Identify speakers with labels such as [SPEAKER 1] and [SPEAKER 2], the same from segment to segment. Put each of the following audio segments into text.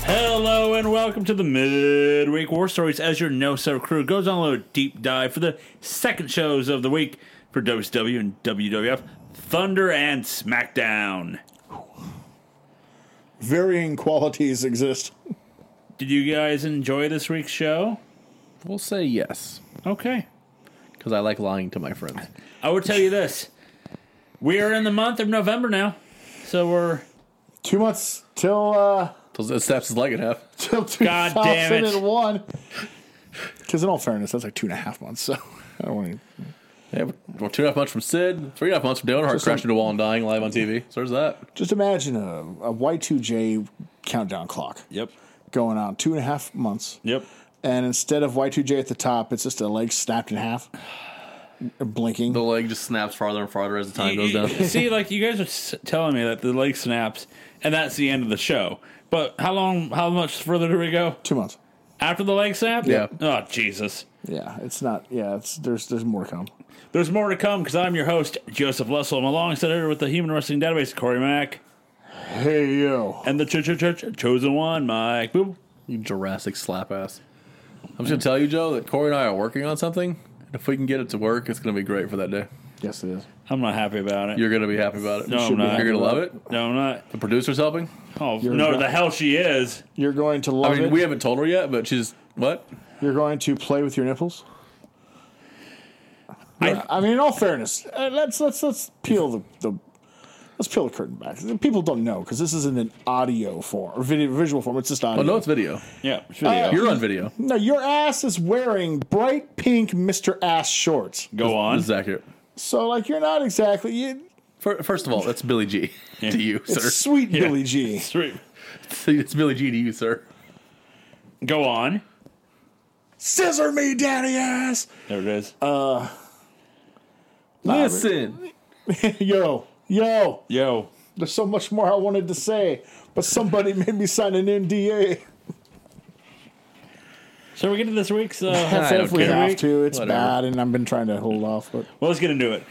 [SPEAKER 1] Hello and welcome to the Midweek War Stories as your No So crew goes on a little deep dive for the second shows of the week for WCW and WWF Thunder and SmackDown.
[SPEAKER 2] Varying qualities exist.
[SPEAKER 1] Did you guys enjoy this week's show?
[SPEAKER 3] We'll say yes
[SPEAKER 1] Okay.
[SPEAKER 3] because I like lying to my friends.
[SPEAKER 1] I will tell you this. We are in the month of November now. So we're
[SPEAKER 2] Two months till uh
[SPEAKER 3] Till it snaps his leg in half.
[SPEAKER 2] till two
[SPEAKER 1] God damn it.
[SPEAKER 2] thousand and one. Because in all fairness, that's like two and a half months. So I don't want to.
[SPEAKER 3] Yeah, we're two and a half months from Sid, three and a half months from Dylan Hart
[SPEAKER 2] So-
[SPEAKER 3] crashing into a wall and dying live on TV. So there's that.
[SPEAKER 2] Just imagine a, a Y2J countdown clock
[SPEAKER 1] Yep.
[SPEAKER 2] going on two and a half months,
[SPEAKER 1] Yep.
[SPEAKER 2] and instead of Y2J at the top, it's just a leg snapped in half, blinking.
[SPEAKER 3] The leg just snaps farther and farther as the time
[SPEAKER 1] You-
[SPEAKER 3] goes down.
[SPEAKER 1] you- See, like you guys are s- telling me that the leg snaps and that's the end of the show. But how long how much further do we go?
[SPEAKER 2] two months.
[SPEAKER 1] After the leg snap?
[SPEAKER 3] Yeah.
[SPEAKER 1] Oh, Jesus.
[SPEAKER 2] Yeah, it's not. Yeah, it's there's there's more to come.
[SPEAKER 1] There's more to come because I'm your host, Joseph Lessel. I'm alongside here with the Human Wrestling Database, Corey Mack,
[SPEAKER 2] Hey yo,
[SPEAKER 1] and the Church Church Church Chosen One, Mike. Boop.
[SPEAKER 3] You Jurassic slap ass. I'm just gonna tell you, Joe, that Corey and I are working on something. And if we can get it to work, it's gonna be great for that day.
[SPEAKER 2] yes it is.
[SPEAKER 1] I'm not happy about it.
[SPEAKER 3] You're gonna be happy about it.
[SPEAKER 1] No, I'm
[SPEAKER 3] Should be.
[SPEAKER 1] not.
[SPEAKER 3] You're gonna love it.
[SPEAKER 1] no, I'm not.
[SPEAKER 3] The producer's helping.
[SPEAKER 1] Oh, no,
[SPEAKER 2] right.
[SPEAKER 1] the hell she is.
[SPEAKER 2] You're going to love
[SPEAKER 3] I mean,
[SPEAKER 2] it.
[SPEAKER 3] we haven't told her yet, but she's what?
[SPEAKER 2] You're going to play with your nipples.
[SPEAKER 1] I-
[SPEAKER 2] I, mean, in all fairness, uh, let's let's let's peel the, the let's peel the curtain back. People don't know because this isn't an audio form or video, visual form. It's just audio.
[SPEAKER 3] Oh no, it's video.
[SPEAKER 1] Yeah, it's video.
[SPEAKER 3] You're on video.
[SPEAKER 2] no, your ass is wearing bright pink Mr. Ass shorts.
[SPEAKER 1] Go on.
[SPEAKER 3] This is accurate.
[SPEAKER 2] So like, you're not exactly you,
[SPEAKER 3] Fir- First of all, that's Billy G to you,
[SPEAKER 2] it's
[SPEAKER 3] sir.
[SPEAKER 2] sweet Billy G.
[SPEAKER 1] Three.
[SPEAKER 3] It's Billy G to you, sir.
[SPEAKER 1] Go on.
[SPEAKER 2] Scissor me, daddy ass.
[SPEAKER 1] There it is.
[SPEAKER 3] Listen,
[SPEAKER 2] yo, yo.
[SPEAKER 1] Yo.
[SPEAKER 2] There's so much more I wanted to say, but somebody made me sign an NDA.
[SPEAKER 1] Shall we get into this week's? Uh,
[SPEAKER 2] That's
[SPEAKER 3] don't
[SPEAKER 2] if we
[SPEAKER 3] care.
[SPEAKER 2] have to. It's
[SPEAKER 3] Whatever.
[SPEAKER 2] bad, and I've been trying to hold off. But
[SPEAKER 1] well, let's get into it.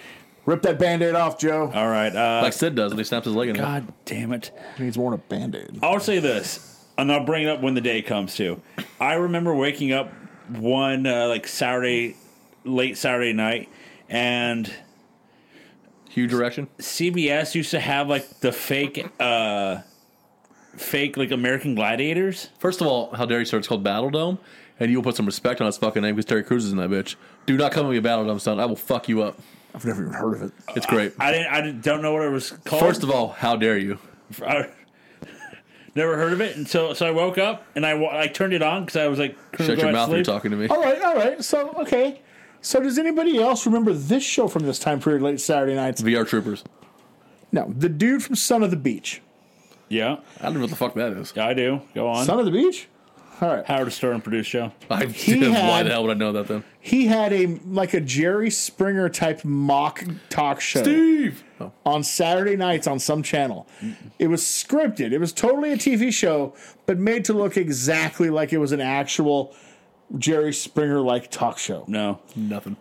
[SPEAKER 2] rip that band-aid off, Joe.
[SPEAKER 1] All right. Uh,
[SPEAKER 3] like Sid does when he snaps his leg in half.
[SPEAKER 1] God damn it.
[SPEAKER 2] He's worn a band-aid.
[SPEAKER 1] I'll say this, and I'll bring it up when the day comes too. I remember waking up one uh, like Saturday, late Saturday night, and
[SPEAKER 3] Huge erection.
[SPEAKER 1] CBS used to have like the fake, uh, fake like American Gladiators.
[SPEAKER 3] First of all, how dare you, sir? It's called Battle Dome, and you'll put some respect on his fucking name because Terry Crews is in that bitch. Do not come at me with Battle Dome, son. I will fuck you up.
[SPEAKER 2] I've never even heard of it.
[SPEAKER 3] It's great.
[SPEAKER 1] I didn't, I didn't- don't know what it was called.
[SPEAKER 3] First of all, how dare you?
[SPEAKER 1] I never heard of it, and so so I woke up and I wa- I turned it on because I was like,
[SPEAKER 3] Shut your mouth when you're
[SPEAKER 1] and
[SPEAKER 3] talking to me.
[SPEAKER 2] All right, all right. So okay. So does anybody else remember this show from this time period, late Saturday nights?
[SPEAKER 3] VR Troopers.
[SPEAKER 2] No, the dude from Son of the Beach.
[SPEAKER 1] Yeah,
[SPEAKER 3] I don't know what the fuck that is.
[SPEAKER 1] yeah, I do. Go on.
[SPEAKER 2] Son of the Beach. All right.
[SPEAKER 1] Howard Stern produced show.
[SPEAKER 3] I why
[SPEAKER 2] had-
[SPEAKER 3] the hell would I know that then?
[SPEAKER 2] He had a like a Jerry Springer type mock talk show
[SPEAKER 3] Steve. Oh,
[SPEAKER 2] on Saturday nights on some channel. It was scripted. It was totally a TV show, but made to look exactly like it was an actual Jerry Springer like talk show.
[SPEAKER 1] No,
[SPEAKER 3] nothing.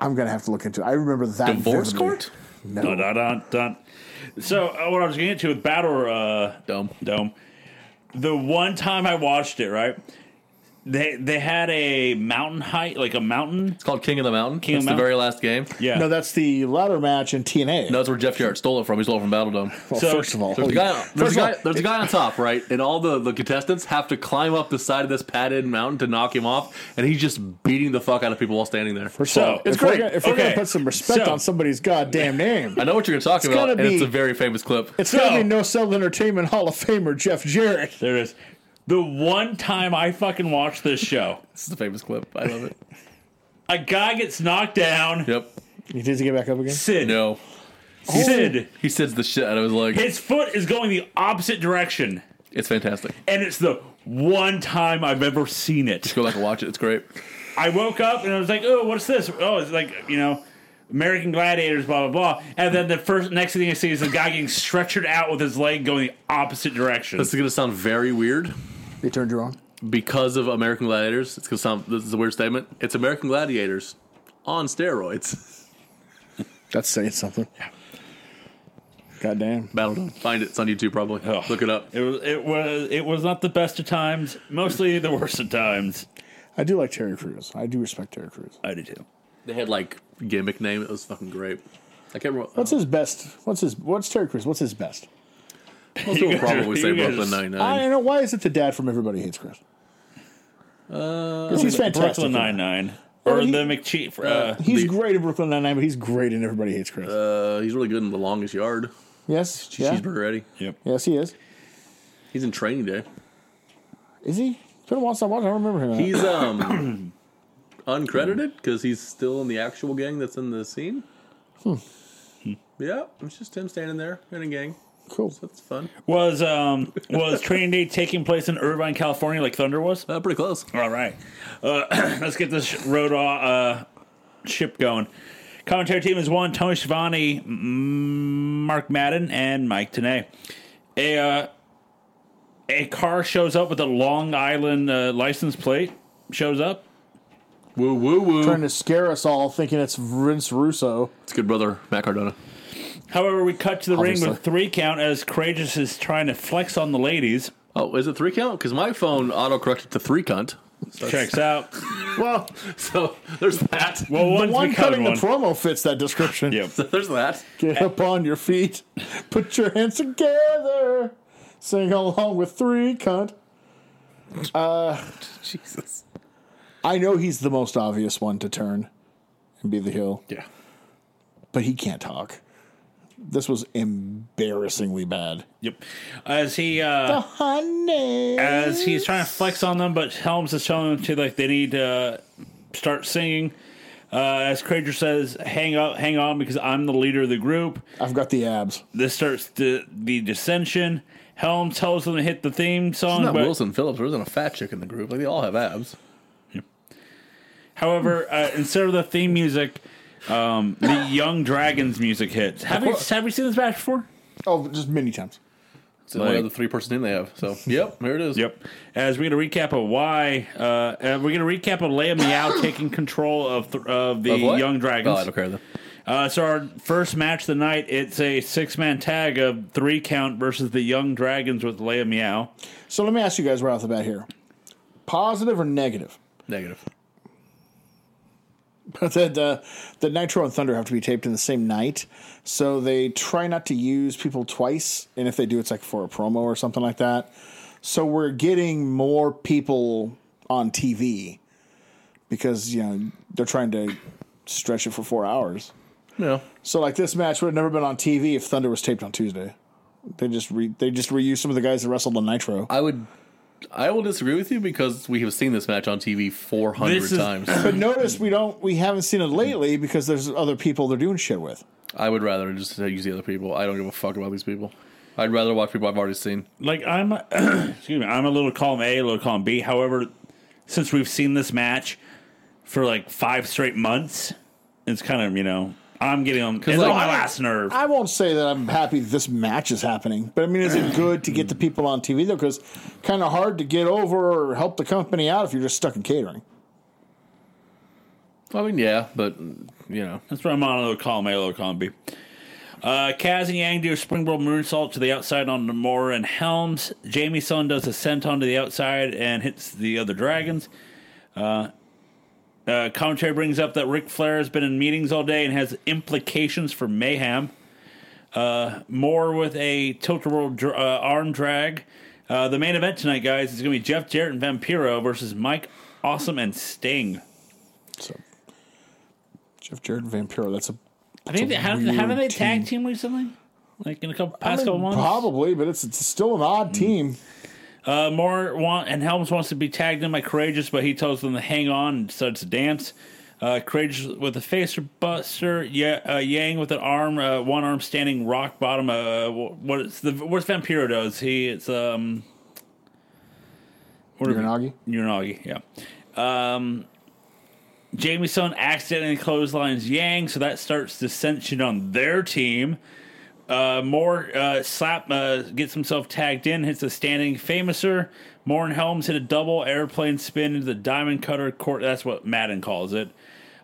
[SPEAKER 2] I'm gonna have to look into. it. I remember that
[SPEAKER 3] Divorce
[SPEAKER 2] vividly.
[SPEAKER 3] court.
[SPEAKER 1] Dun, dun, dun, dun. So uh, what I was getting to with Battle uh,
[SPEAKER 3] Dome.
[SPEAKER 1] Dome, the one time I watched it, right? They they had a mountain height, like a mountain.
[SPEAKER 3] It's called King of the Mountain.
[SPEAKER 1] King of
[SPEAKER 3] it's
[SPEAKER 1] the
[SPEAKER 3] the
[SPEAKER 1] Mountain.
[SPEAKER 3] very last game.
[SPEAKER 1] Yeah.
[SPEAKER 2] No, that's the ladder match in TNA.
[SPEAKER 3] That's where Jeff Jarrett stole it from. He stole it from Battle Dome.
[SPEAKER 2] well,
[SPEAKER 1] so-
[SPEAKER 2] first of all,
[SPEAKER 3] There's
[SPEAKER 2] holy-
[SPEAKER 3] a guy. There's a
[SPEAKER 2] first of all,
[SPEAKER 3] guy. There's a guy on top, right? And all the, the contestants have to climb up the side of this padded mountain to knock him off, and he's just beating the fuck out of people while standing there.
[SPEAKER 2] First
[SPEAKER 1] So,
[SPEAKER 2] of all,
[SPEAKER 1] it's
[SPEAKER 2] if, we're
[SPEAKER 1] great.
[SPEAKER 2] gonna, if we're
[SPEAKER 1] Okay.
[SPEAKER 2] gonna put some respect
[SPEAKER 1] So-
[SPEAKER 2] on somebody's goddamn name,
[SPEAKER 3] I know what you're talking about,
[SPEAKER 2] gotta
[SPEAKER 3] and it's
[SPEAKER 2] be-
[SPEAKER 3] a very famous clip.
[SPEAKER 2] it's gonna
[SPEAKER 1] So-
[SPEAKER 2] be No Cell Entertainment Hall of Famer Jeff Jarrett.
[SPEAKER 1] there it is. The one time I fucking watched this show,
[SPEAKER 3] It's a famous clip. I love it.
[SPEAKER 1] a guy gets knocked down.
[SPEAKER 3] Yep.
[SPEAKER 2] He needs to get back up again.
[SPEAKER 1] Sid,
[SPEAKER 3] No.
[SPEAKER 1] Sid,
[SPEAKER 3] He says the shit out of his leg.
[SPEAKER 1] his foot is going the opposite direction,
[SPEAKER 3] It's fantastic.
[SPEAKER 1] and it's the one time I've ever seen it.
[SPEAKER 3] Go back and watch it. It's great.
[SPEAKER 1] I woke up and I was like, "Oh, what's this? Oh, it's like you know, American Gladiators, blah blah blah." And then the first next thing I see is the guy getting stretchered out with his leg going the opposite direction.
[SPEAKER 3] This is gonna sound very weird
[SPEAKER 2] He turned you on.
[SPEAKER 3] because of American Gladiators. It's gonna sound. This is a weird statement. It's American Gladiators on steroids.
[SPEAKER 2] That's saying something. Goddamn.
[SPEAKER 4] Battle. Find it. It's on YouTube probably.
[SPEAKER 1] Ugh.
[SPEAKER 4] Look it up.
[SPEAKER 1] It was it was it was not the best of times, mostly the worst of times.
[SPEAKER 2] I do like Terry Crews. I do respect Terry Crews.
[SPEAKER 1] I do too.
[SPEAKER 4] They had like gimmick name. It was fucking great. I can't remember.
[SPEAKER 2] What's his best? What's his? What's Terry Crews? What's his best?
[SPEAKER 4] Most people
[SPEAKER 1] You guys are-
[SPEAKER 4] uh, probably say
[SPEAKER 1] you guys-
[SPEAKER 4] Brooklyn Nine
[SPEAKER 1] Um,
[SPEAKER 2] I
[SPEAKER 4] Nine.
[SPEAKER 2] don't know. Why is it the dad from Everybody Hates Chris? Because he's fantastic.
[SPEAKER 1] Uh,
[SPEAKER 2] Oh,
[SPEAKER 1] Brooklyn Nine Nine
[SPEAKER 2] Well,
[SPEAKER 1] or
[SPEAKER 2] he-
[SPEAKER 1] the McChee. Uh,
[SPEAKER 2] He's
[SPEAKER 4] The-
[SPEAKER 2] great in Brooklyn Nine Nine, but he's great in Everybody Hates Chris.
[SPEAKER 4] Uh, he's really good in The Longest Yard.
[SPEAKER 2] yes, yeah.
[SPEAKER 4] Cheeseburger Eddie.
[SPEAKER 1] yep.
[SPEAKER 2] yes, he is.
[SPEAKER 4] He's in Training Day.
[SPEAKER 2] Is he? It's been a while since I watched. I don't remember him.
[SPEAKER 4] He's um uncredited because he's still in the actual gang that's in the scene. Hmm. Yeah, it's just him standing there in a gang.
[SPEAKER 2] cool.
[SPEAKER 4] That's fun.
[SPEAKER 1] Was um was training day taking place in Irvine, California, like Thunder was?
[SPEAKER 4] Uh, pretty close.
[SPEAKER 1] All right, uh, let's get this road uh, ship going. Commentary team is one: Tony Schiavone, M- Mark Madden, and Mike Tanay. A uh, a car shows up with a Long Island uh, license plate. Shows up.
[SPEAKER 4] Woo woo woo.
[SPEAKER 2] Trying to scare us all, thinking it's Vince Russo.
[SPEAKER 4] It's good brother Matt Cardona.
[SPEAKER 1] However, we cut to the ring
[SPEAKER 2] Obviously.
[SPEAKER 1] with three count as Courageous is trying to flex on the ladies.
[SPEAKER 4] Oh, is it three count? Because my phone auto corrected to three cunt.
[SPEAKER 1] Checks out.
[SPEAKER 2] Well,
[SPEAKER 4] So there's that.
[SPEAKER 1] Well,
[SPEAKER 2] the
[SPEAKER 1] Oh, one's
[SPEAKER 2] one cutting
[SPEAKER 1] one.
[SPEAKER 2] the promo fits that description.
[SPEAKER 1] Yep.
[SPEAKER 4] there's that.
[SPEAKER 2] Get up on your feet. Put your hands together. Sing along with three cunt.
[SPEAKER 4] Jesus.
[SPEAKER 2] I know he's the most obvious one to turn and be the heel,
[SPEAKER 4] Yeah.
[SPEAKER 2] but he can't talk. This was embarrassingly bad.
[SPEAKER 1] Yep. As he uh,
[SPEAKER 2] Honey.
[SPEAKER 1] as he's trying to flex on them, but Helms is telling them to like they need to start singing. Uh, as Krager says, "Hang up, hang on, because I'm the leader of the group."
[SPEAKER 2] I've got the abs.
[SPEAKER 1] This starts the the dissension. Helm tells them to hit the theme song,
[SPEAKER 4] Not
[SPEAKER 1] but
[SPEAKER 4] Wilson Phillips. There isn't a fat chick in the group. Like they all have abs.
[SPEAKER 1] however, uh, instead of the theme music, um, the Young Dragons music hits. Have you have you seen this match before?
[SPEAKER 2] Oh, just many times.
[SPEAKER 4] It's the only
[SPEAKER 1] Like-
[SPEAKER 4] other three person team they have. So yep, here it is.
[SPEAKER 1] Yep. As we're going to recap of why, uh, uh, we're going to recap of Leia Meow taking control of th- of the
[SPEAKER 4] Of what?
[SPEAKER 1] Young Dragons.
[SPEAKER 4] Oh, I don't care then.
[SPEAKER 1] Uh, so our first match of the night, it's a six-man tag of three count versus the Young Dragons with Leia Meow.
[SPEAKER 2] So let me ask you guys right off the bat here positive or negative?
[SPEAKER 4] Negative.
[SPEAKER 2] that uh, the Nitro and Thunder have to be taped in the same night, so they try not to use people twice, and if they do, it's like for a promo or something like that. So we're getting more people on TV because you know they're trying to stretch it for four hours.
[SPEAKER 4] No.
[SPEAKER 2] So like this match would have never been on TV if Thunder was taped on Tuesday. They just re- they just reused some of the guys that wrestled on Nitro.
[SPEAKER 4] I would. I will disagree with you because we have seen this match on TV 400
[SPEAKER 1] This is-
[SPEAKER 4] times.
[SPEAKER 2] But notice we don't we haven't seen it lately because there's other people they're doing shit with.
[SPEAKER 4] I would rather just use the other people. I don't give a fuck about these people. I'd rather watch people I've already seen.
[SPEAKER 1] Like I'm, excuse me, I'm a little column A, a little column B. However, since we've seen this match for like five straight months, it's kind of you know I'm getting on it's
[SPEAKER 4] like-
[SPEAKER 1] on my last nerve.
[SPEAKER 2] I won't say that I'm happy this match is happening, but I mean, is it good to get the people on TV though? Because kind of hard to get over or help the company out if you're just stuck in catering.
[SPEAKER 4] I mean, yeah, but you know,
[SPEAKER 1] That's where I'm on a little column A, a little column B. Uh, Kaz and Yang do a springboard moonsault to the outside on Nomura and Helms. Jamie Sun does a senton to the outside and hits the other dragons. Uh, uh, commentary brings up that Ric Flair has been in meetings all day and has implications for mayhem. Uh, more with a tilt a world dr- uh, arm drag. Uh, the main event tonight, guys, is going to be Jeff Jarrett and Vampiro versus Mike Awesome and Sting.
[SPEAKER 2] So, Jeff Jarrett and Vampiro, that's a
[SPEAKER 1] I think they,
[SPEAKER 2] a
[SPEAKER 1] haven't, haven't they
[SPEAKER 2] weird
[SPEAKER 1] tag team recently? Like in a couple
[SPEAKER 2] I
[SPEAKER 1] past
[SPEAKER 2] mean,
[SPEAKER 1] couple months.
[SPEAKER 2] probably, but it's, it's still an
[SPEAKER 1] Mm.
[SPEAKER 2] odd team.
[SPEAKER 1] Uh, Moore want and Helms wants to be tagged in by Courageous, but he tells them to hang on and starts to dance. Uh, Courageous with a facer buster, yeah, uh, Yang with an arm, uh, one arm standing rock bottom. Uh, wh- what is the what Vampiro does? He it's um. What are we-
[SPEAKER 2] Uranagi?
[SPEAKER 1] Uranagi, yeah. Um, Jamieson accidentally clotheslines Yang, so that starts dissension on their team. Uh, Moore uh, slap uh, gets himself tagged in, hits a standing famouser. Moore and Helms hit a double airplane spin into the diamond cutter court. That's what Madden calls it.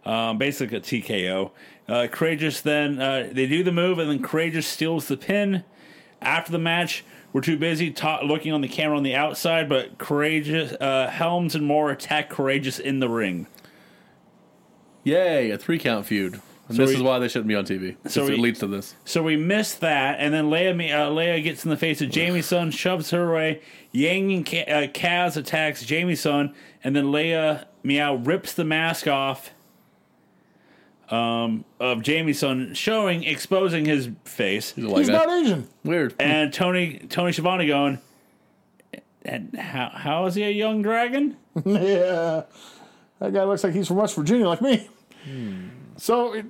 [SPEAKER 1] Um, basically, a TKO. Uh, Courageous then, uh, they do the move, and then Courageous steals the pin. After the match, we're too busy ta- looking on the camera on the outside, but Courageous, uh, Helms, and Moore attack Courageous in the ring.
[SPEAKER 4] Yay, a three count feud. And
[SPEAKER 1] So
[SPEAKER 4] this
[SPEAKER 1] we-
[SPEAKER 4] is why they shouldn't be on TV.
[SPEAKER 1] So
[SPEAKER 4] So it
[SPEAKER 1] we-
[SPEAKER 4] leads to this.
[SPEAKER 1] So we missed that, and then Leia, me- uh, Leia gets in the face of Jamie's son, shoves her away. Yang and Ka- uh, Kaz attacks Jamie's son, and then Leia Meow rips the mask off um, of Jamie's son, showing, exposing his face.
[SPEAKER 4] He's a
[SPEAKER 2] He's
[SPEAKER 4] white guy.
[SPEAKER 2] not Asian.
[SPEAKER 4] Weird.
[SPEAKER 1] And Tony Tony Schiavone going, and how how is he a young dragon?
[SPEAKER 2] yeah. That guy looks like he's from West Virginia, like me.
[SPEAKER 1] Hmm.
[SPEAKER 2] So, it,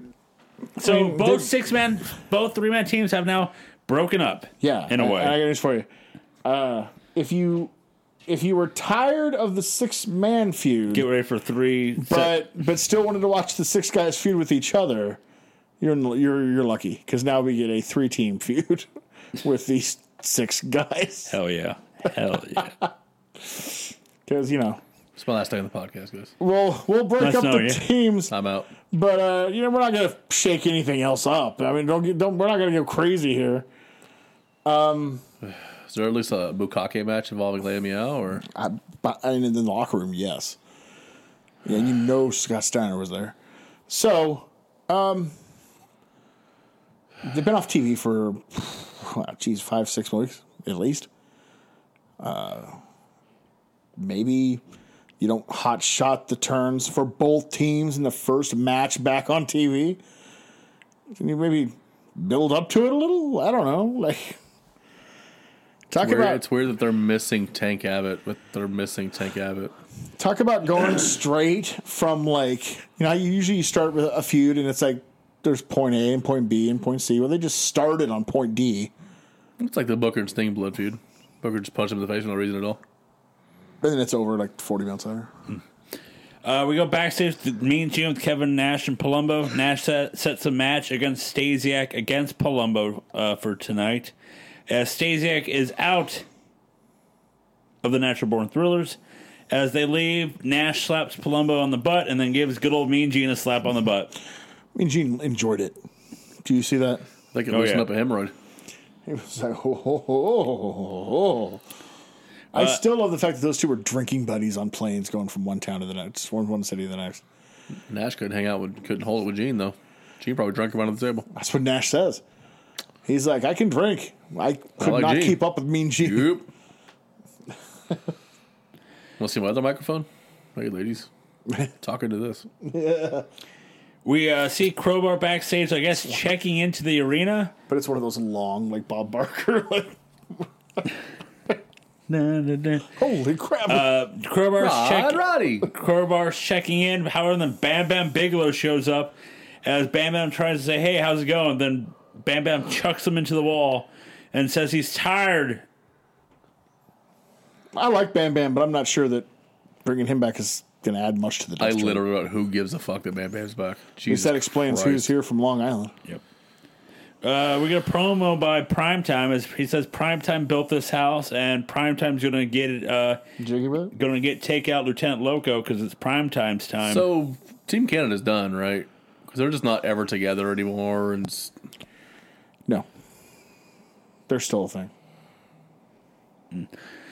[SPEAKER 1] So
[SPEAKER 2] mean,
[SPEAKER 1] both
[SPEAKER 2] they-
[SPEAKER 1] six men, both three man teams have now broken up.
[SPEAKER 2] yeah.
[SPEAKER 1] in a
[SPEAKER 2] I-
[SPEAKER 1] way.
[SPEAKER 2] I got news for you. Uh, if you if you were tired of the six man feud,
[SPEAKER 1] Get ready for three.
[SPEAKER 2] but but still wanted to watch the six guys feud with each other, you're you're you're lucky because now we get a three team feud with these six guys
[SPEAKER 1] hell yeah, hell yeah.
[SPEAKER 2] because you know
[SPEAKER 4] It's my last day on the podcast, guys.
[SPEAKER 2] we'll we'll break
[SPEAKER 1] That's
[SPEAKER 2] up
[SPEAKER 1] not
[SPEAKER 2] the
[SPEAKER 1] you.
[SPEAKER 2] teams,
[SPEAKER 4] I'm out.
[SPEAKER 2] but uh, you know we're not gonna shake anything else up. I mean, don't get, don't we're not gonna go crazy here.
[SPEAKER 4] Is there at least a Bukake match involving Leia Meow or
[SPEAKER 2] I, but I mean, in the locker room, yes. Yeah, you know Scott Steiner was there. So, um, they've been off TV for, wow, geez, five, six weeks at least. Uh, maybe you don't hot shot the turns for both teams in the first match back on TV. Can you maybe build up to it a little? I don't know. Like, talk
[SPEAKER 4] weird,
[SPEAKER 2] about
[SPEAKER 4] it's weird that they're missing Tank Abbott, but they're missing Tank Abbott.
[SPEAKER 2] Talk about going straight from like you know how you usually start with a feud and it's like there's point A and point B and point C. Well, they just started on point D,
[SPEAKER 4] It's like the Booker and Sting blood feud. Booker just punched him in the face for no reason at all.
[SPEAKER 2] and then it's over like 40 minutes later.
[SPEAKER 1] Uh, we go backstage to me and Gene with Kevin Nash and Palumbo. Nash set, sets a match against Stasiak against Palumbo uh, for tonight. As Stasiak is out of the Natural Born Thrillers. As they leave, Nash slaps Palumbo on the butt and then gives good old Mean Gene a slap on the butt.
[SPEAKER 2] I mean, Gene enjoyed it. Do you see that?
[SPEAKER 4] They could
[SPEAKER 1] Oh,
[SPEAKER 4] loosen
[SPEAKER 1] yeah.
[SPEAKER 4] up a hemorrhoid.
[SPEAKER 2] It was like, ho, ho, ho, ho, ho, ho.
[SPEAKER 4] Uh,
[SPEAKER 2] I still love the fact that those two were drinking buddies on planes going from one town to the next, from one city to the next.
[SPEAKER 4] Nash couldn't hang out with couldn't hold it with Gene though. Gene probably drunk him out of the table.
[SPEAKER 2] That's what Nash says. He's like, I can drink. I could
[SPEAKER 4] like
[SPEAKER 2] not
[SPEAKER 4] Gene.
[SPEAKER 2] keep up with Mean Gene.
[SPEAKER 4] Yep. Want to see my other microphone? Hey, ladies. Talking to this.
[SPEAKER 1] We uh, see Crowbar backstage, I guess, checking into the arena.
[SPEAKER 2] But it's one of those long, like Bob Barker, like Holy crap.
[SPEAKER 1] Uh, Crowbar's checking.
[SPEAKER 4] Roddy.
[SPEAKER 1] Crowbar's checking in. However, then Bam Bam Bigelow shows up as Bam Bam tries to say, "Hey, how's it going?" Then Bam Bam chucks him into the wall and says he's tired.
[SPEAKER 2] I like Bam Bam, but I'm not sure that bringing him back is going to add much to the
[SPEAKER 4] I
[SPEAKER 2] district.
[SPEAKER 4] literally wrote, "Who gives a fuck that Bam Bam's back?"
[SPEAKER 2] At least
[SPEAKER 4] Jesus
[SPEAKER 2] that explains who's
[SPEAKER 4] Christ.
[SPEAKER 2] here from Long Island.
[SPEAKER 1] Yep. Uh, we get a promo by Primetime as he says Primetime built this house and Primetime's gonna get it, uh,
[SPEAKER 2] Jiggy bit?
[SPEAKER 1] gonna get take out Lieutenant Loco because it's Primetime's time.
[SPEAKER 4] So Team Canada's done, right? Because they're just not ever together anymore, and s-
[SPEAKER 2] No. They're still a thing.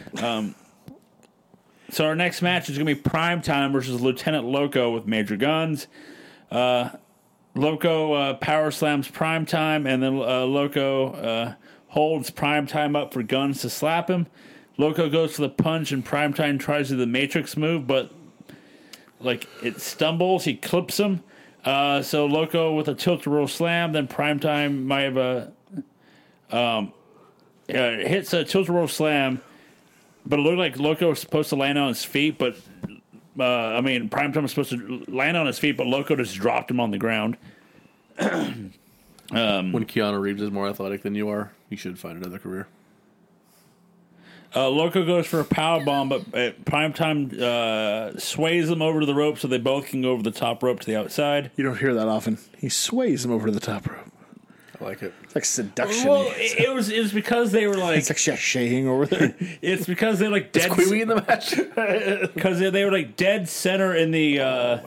[SPEAKER 1] So our next match is going to be Primetime versus Lieutenant Loco with Major Guns. Uh, Loco uh, power slams Primetime, and then uh, Loco uh, holds Primetime up for Guns to slap him. Loco goes for the punch, and Primetime tries to do the Matrix move, but like it stumbles, he clips him. Uh, so Loco with a tilt roll slam, then Primetime might have a um, uh, hits a tilt roll slam. But it looked like Loco was supposed to land on his feet, but uh, I mean, Primetime was supposed to land on his feet, but Loco just dropped him on the ground.
[SPEAKER 4] when Keanu Reeves is more athletic than you are, you should find another career.
[SPEAKER 1] Uh, Loco goes for a power bomb, but uh, Primetime uh, sways them over to the rope so they both can go over the top rope to the outside.
[SPEAKER 2] You don't hear that often. He sways him over to the top rope.
[SPEAKER 4] I like it.
[SPEAKER 2] It's like seduction.
[SPEAKER 1] Well, it, it was it was because they were like
[SPEAKER 2] it's like shaking over there.
[SPEAKER 1] it's because they like dead
[SPEAKER 4] Queen in the match.
[SPEAKER 1] because they, they were like dead center in the uh,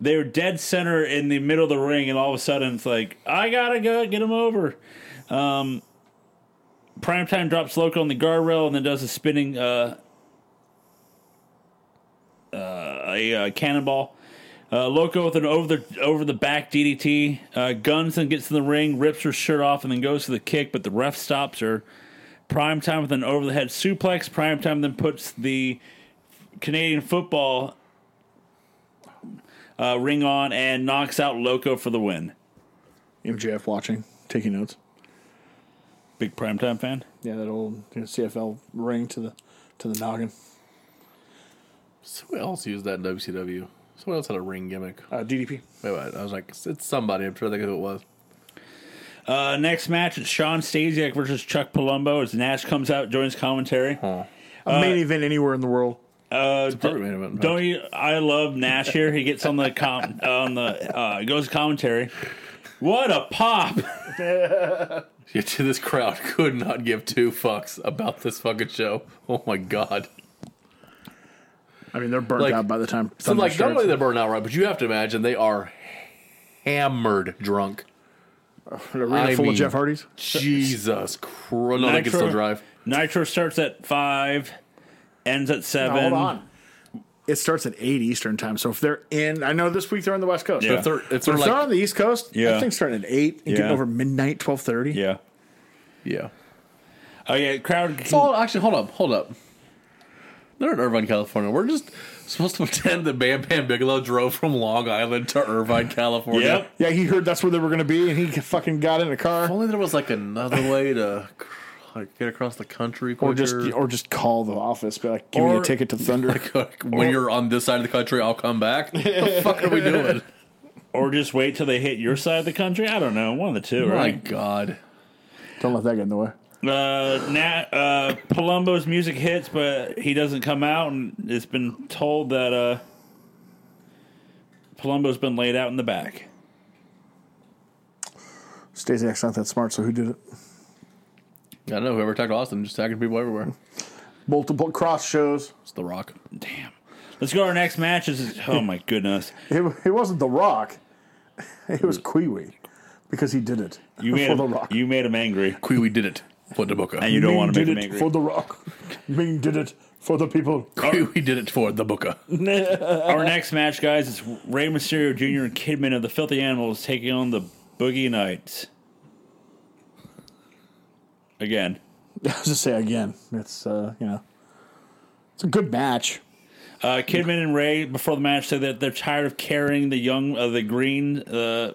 [SPEAKER 1] They're dead center in the middle of the ring, and all of a sudden it's like, I gotta go get him over. Um, Primetime drops Loco on the guardrail and then does a spinning uh, uh, a uh, cannonball. Uh, Loco with an over the over the back DDT. Uh, guns then gets in the ring, rips her shirt off, and then goes for the kick, but the ref stops her. Primetime with an over the head suplex. Primetime then puts the Canadian football uh, ring on and knocks out Loco for the win.
[SPEAKER 2] MJF watching, taking notes.
[SPEAKER 1] Big primetime fan.
[SPEAKER 2] Yeah, that old you know, CFL ring to the to the noggin.
[SPEAKER 3] So who else used that in WCW? Someone else had a ring gimmick.
[SPEAKER 2] Uh, DDP.
[SPEAKER 3] Wait, wait. I was like, it's it's somebody. I'm trying to think of who it was.
[SPEAKER 1] Uh, next match is Sean Stasiak versus Chuck Palumbo as Nash comes out, joins commentary.
[SPEAKER 2] A main event anywhere in the world.
[SPEAKER 1] Oh. Uh,
[SPEAKER 3] Probably made him in-
[SPEAKER 1] Don't you? I love Nash here. He gets on the com on the uh, goes to commentary. What a pop!
[SPEAKER 3] Yeah, this crowd could not give two fucks about this fucking show. Oh my god.
[SPEAKER 2] I mean, they're burnt
[SPEAKER 3] Like-
[SPEAKER 2] out by the time.
[SPEAKER 3] So
[SPEAKER 2] Thunder
[SPEAKER 3] like not
[SPEAKER 2] starts.
[SPEAKER 3] only they're burnt out right, but you have to imagine they are hammered drunk.
[SPEAKER 2] An arena
[SPEAKER 3] I
[SPEAKER 2] full
[SPEAKER 3] mean-
[SPEAKER 2] of Jeff Hardys.
[SPEAKER 3] Jesus Christ. No, they can still drive.
[SPEAKER 1] Nitro starts at five, ends at
[SPEAKER 2] Now,
[SPEAKER 1] seven.
[SPEAKER 2] hold on. It starts at eight Eastern time. So if they're in, I know this week they're on the West Coast.
[SPEAKER 1] Yeah.
[SPEAKER 3] If they're, if
[SPEAKER 2] But
[SPEAKER 3] they're
[SPEAKER 2] if they're
[SPEAKER 3] like,
[SPEAKER 2] on the East Coast,
[SPEAKER 1] Yeah.
[SPEAKER 2] I think starting at eight and
[SPEAKER 1] Yeah.
[SPEAKER 2] getting over midnight, twelve thirty.
[SPEAKER 1] Yeah.
[SPEAKER 3] yeah.
[SPEAKER 1] Oh yeah. Crowd.
[SPEAKER 3] So hold- actually, hold up, hold up. They're in Irvine, California. We're just supposed to pretend that Bam Bam Bigelow drove from Long Island to Irvine, California.
[SPEAKER 1] Yep.
[SPEAKER 2] Yeah, he heard that's where they were going to be, and he fucking got in a
[SPEAKER 3] If
[SPEAKER 2] car,
[SPEAKER 3] only there was like another way to cr- like, get across the country quicker.
[SPEAKER 2] or just or just call the office, be like, "Give me
[SPEAKER 1] Or-
[SPEAKER 2] a ticket to Thunder."
[SPEAKER 3] Like, when you're on this side of the country, I'll come back. What the fuck are we doing?
[SPEAKER 1] Or just wait till they hit your side of the country. I don't know. One of the two,
[SPEAKER 3] My
[SPEAKER 1] right?
[SPEAKER 3] God.
[SPEAKER 2] Don't let that get in the way.
[SPEAKER 1] Uh, Nat, uh, Palumbo's music hits, but he doesn't come out, and it's been told that uh, Palumbo's been laid out in the back.
[SPEAKER 2] Stasiak's not that smart, so who did it?
[SPEAKER 3] I don't know. Whoever attacked Austin, just attacking people everywhere.
[SPEAKER 2] Multiple cross shows.
[SPEAKER 3] It's The Rock.
[SPEAKER 1] Damn. Let's go to our next match. This is, oh my goodness.
[SPEAKER 2] It, it wasn't The Rock. It was Kiwi because he did it
[SPEAKER 1] You made
[SPEAKER 2] for
[SPEAKER 1] him,
[SPEAKER 2] The Rock.
[SPEAKER 1] you made him angry.
[SPEAKER 3] Kiwi did it for the Booker.
[SPEAKER 1] And you don't
[SPEAKER 2] Ming
[SPEAKER 1] want to make
[SPEAKER 2] did
[SPEAKER 1] him
[SPEAKER 2] it
[SPEAKER 1] angry.
[SPEAKER 2] for The Rock. Ming did it for the people.
[SPEAKER 3] Kiwi did it for the Booker.
[SPEAKER 1] Our next match, guys, is Rey Mysterio Jr. and Kidman of the Filthy Animals taking on the Boogie Knights. Again.
[SPEAKER 2] I was just say again, it's uh, you know, it's a good match.
[SPEAKER 1] Uh, Kidman and Ray before the match said that they're tired of carrying the young uh, the green uh,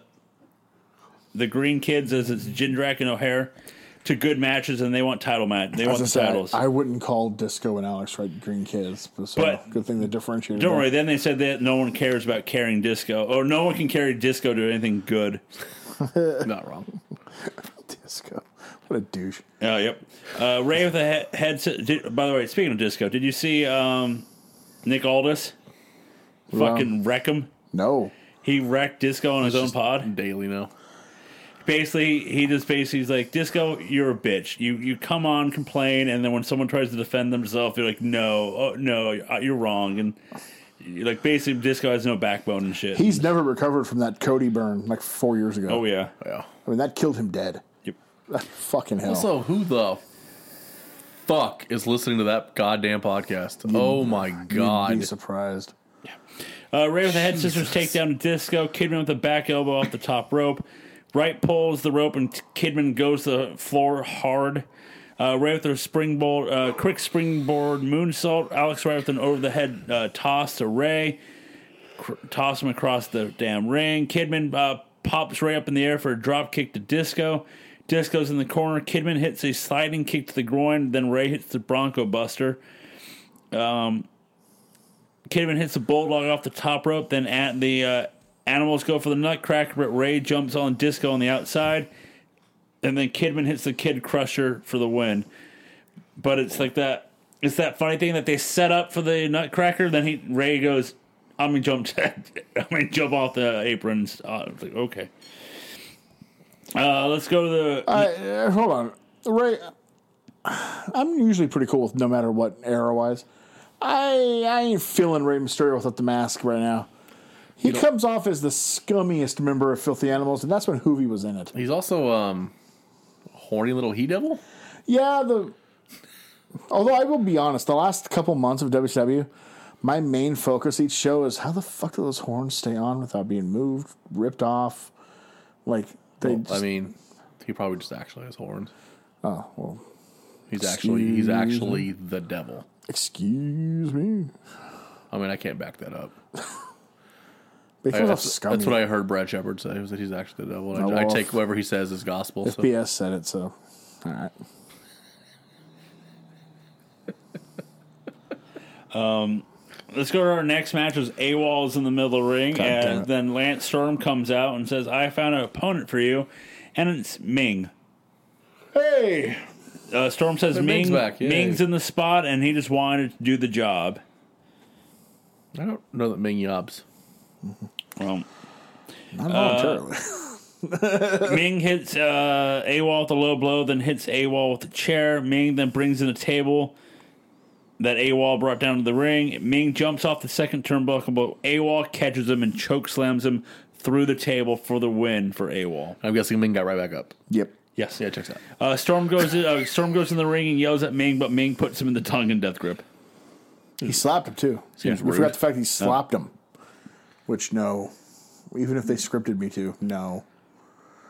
[SPEAKER 1] the green kids as it's Jindrak and O'Hare to good matches and they want title match they want the
[SPEAKER 2] As I said,
[SPEAKER 1] titles.
[SPEAKER 2] I wouldn't call Disco and Alex Wright green kids, but, so
[SPEAKER 1] But-
[SPEAKER 2] good thing they differentiated.
[SPEAKER 1] Don't
[SPEAKER 2] that.
[SPEAKER 1] worry. Then they said that no one cares about carrying disco, or no one can carry disco to anything good.
[SPEAKER 3] Not wrong.
[SPEAKER 2] Disco. What a douche.
[SPEAKER 1] Uh, yep. Uh, Ray with a he- headset. Did, by the way, speaking of disco, did you see um, Nick Aldis fucking wreck him?
[SPEAKER 2] No,
[SPEAKER 1] He wrecked disco on his own pod.
[SPEAKER 3] Daily now.
[SPEAKER 1] Basically, he just basically is like, "Disco, you're a bitch. You you come on, complain, and then when someone tries to defend themselves, you're like, no, oh, no, uh, you're wrong." And you're like basically, disco has no backbone and shit.
[SPEAKER 2] he's never recovered from that Cody burn like four years ago.
[SPEAKER 1] oh yeah.
[SPEAKER 3] Yeah.
[SPEAKER 2] I mean that killed him dead.
[SPEAKER 1] Yep.
[SPEAKER 2] Fucking hell.
[SPEAKER 3] Also, who the fuck is listening to that goddamn podcast? oh my
[SPEAKER 2] You'd be
[SPEAKER 3] god.
[SPEAKER 2] surprised.
[SPEAKER 1] Uh, Ray with the head scissors take down Disco. Kidman with the back elbow off the top rope. Wright pulls the rope and Kidman goes to the floor hard. Uh, Ray with a springboard, uh, quick springboard moonsault. Alex Wright with an over the head uh, toss to Ray. Cr- toss him across the damn ring. Kidman uh, pops Ray up in the air for a drop kick to Disco. Disco's in the corner. Kidman hits a sliding kick to the groin. Then Ray hits the Bronco Buster. Kidman hits the bulldog off the top rope. Then at the uh, animals go for the nutcracker, but Ray jumps on Disco on the outside, and then Kidman hits the Kid Crusher for the win. But it's like that. It's that funny thing that they set up for the nutcracker. Then he Ray goes, "I'm gonna jump. I'm gonna jump off the aprons." Uh, it's like okay. Uh, let's go to the.
[SPEAKER 2] I, uh, hold on, Ray. I'm usually pretty cool with no matter what era wise. I I ain't feeling Ray Mysterio without the mask right now. He comes off as the scummiest member of Filthy Animals, and that's when Hoovy was in it.
[SPEAKER 3] He's also um, horny little he devil.
[SPEAKER 2] Yeah, the. Although I will be honest, the last couple months of WCW, my main focus each show is how the fuck do those horns stay on without being moved, ripped off? Like they.
[SPEAKER 3] I
[SPEAKER 2] just-
[SPEAKER 3] mean, he probably just actually has horns.
[SPEAKER 2] oh well.
[SPEAKER 3] He's actually he's actually the devil.
[SPEAKER 2] Excuse me.
[SPEAKER 3] I mean, I can't back that up.
[SPEAKER 2] But he
[SPEAKER 3] I-
[SPEAKER 2] comes off
[SPEAKER 3] that's,
[SPEAKER 2] scummy.
[SPEAKER 3] that's what I heard Brad Shepard say was that he's actually the devil. And I,
[SPEAKER 2] Oh,
[SPEAKER 3] I
[SPEAKER 2] well,
[SPEAKER 3] take
[SPEAKER 2] if-
[SPEAKER 3] whatever he says as gospel. So.
[SPEAKER 2] FBS said it, so. All right.
[SPEAKER 1] Let's go to our next match. It was AWOL's in the middle of the ring,
[SPEAKER 3] God damn
[SPEAKER 1] and
[SPEAKER 3] it.
[SPEAKER 1] then Lance Storm comes out and says, "I found an opponent for you," and it's Ming.
[SPEAKER 2] Hey,
[SPEAKER 1] Uh, Storm says
[SPEAKER 3] Ming's
[SPEAKER 1] Ming,
[SPEAKER 3] back, yay.
[SPEAKER 1] Ming's in the spot, and he just wanted to do the job.
[SPEAKER 3] I don't know that Ming yobs.
[SPEAKER 1] Well,
[SPEAKER 2] not voluntarily.
[SPEAKER 1] Ming hits uh, AWOL with a low blow, then hits AWOL with a chair. Ming then brings in a table that AWOL brought down to the ring. Ming jumps off the second turnbuckle, but AWOL catches him and choke slams him through the table for the win for AWOL.
[SPEAKER 3] I'm guessing Ming got right back up.
[SPEAKER 2] yep.
[SPEAKER 1] Yes.
[SPEAKER 3] Yeah, it checks out.
[SPEAKER 1] Uh, Storm goes. Uh, Storm goes in the ring and yells at Ming, but Ming puts him in the tongue and death grip.
[SPEAKER 2] He slapped him too.
[SPEAKER 3] Seems
[SPEAKER 2] we
[SPEAKER 3] rude.
[SPEAKER 2] forgot the fact he slapped him. Which no, even if they scripted me to, no.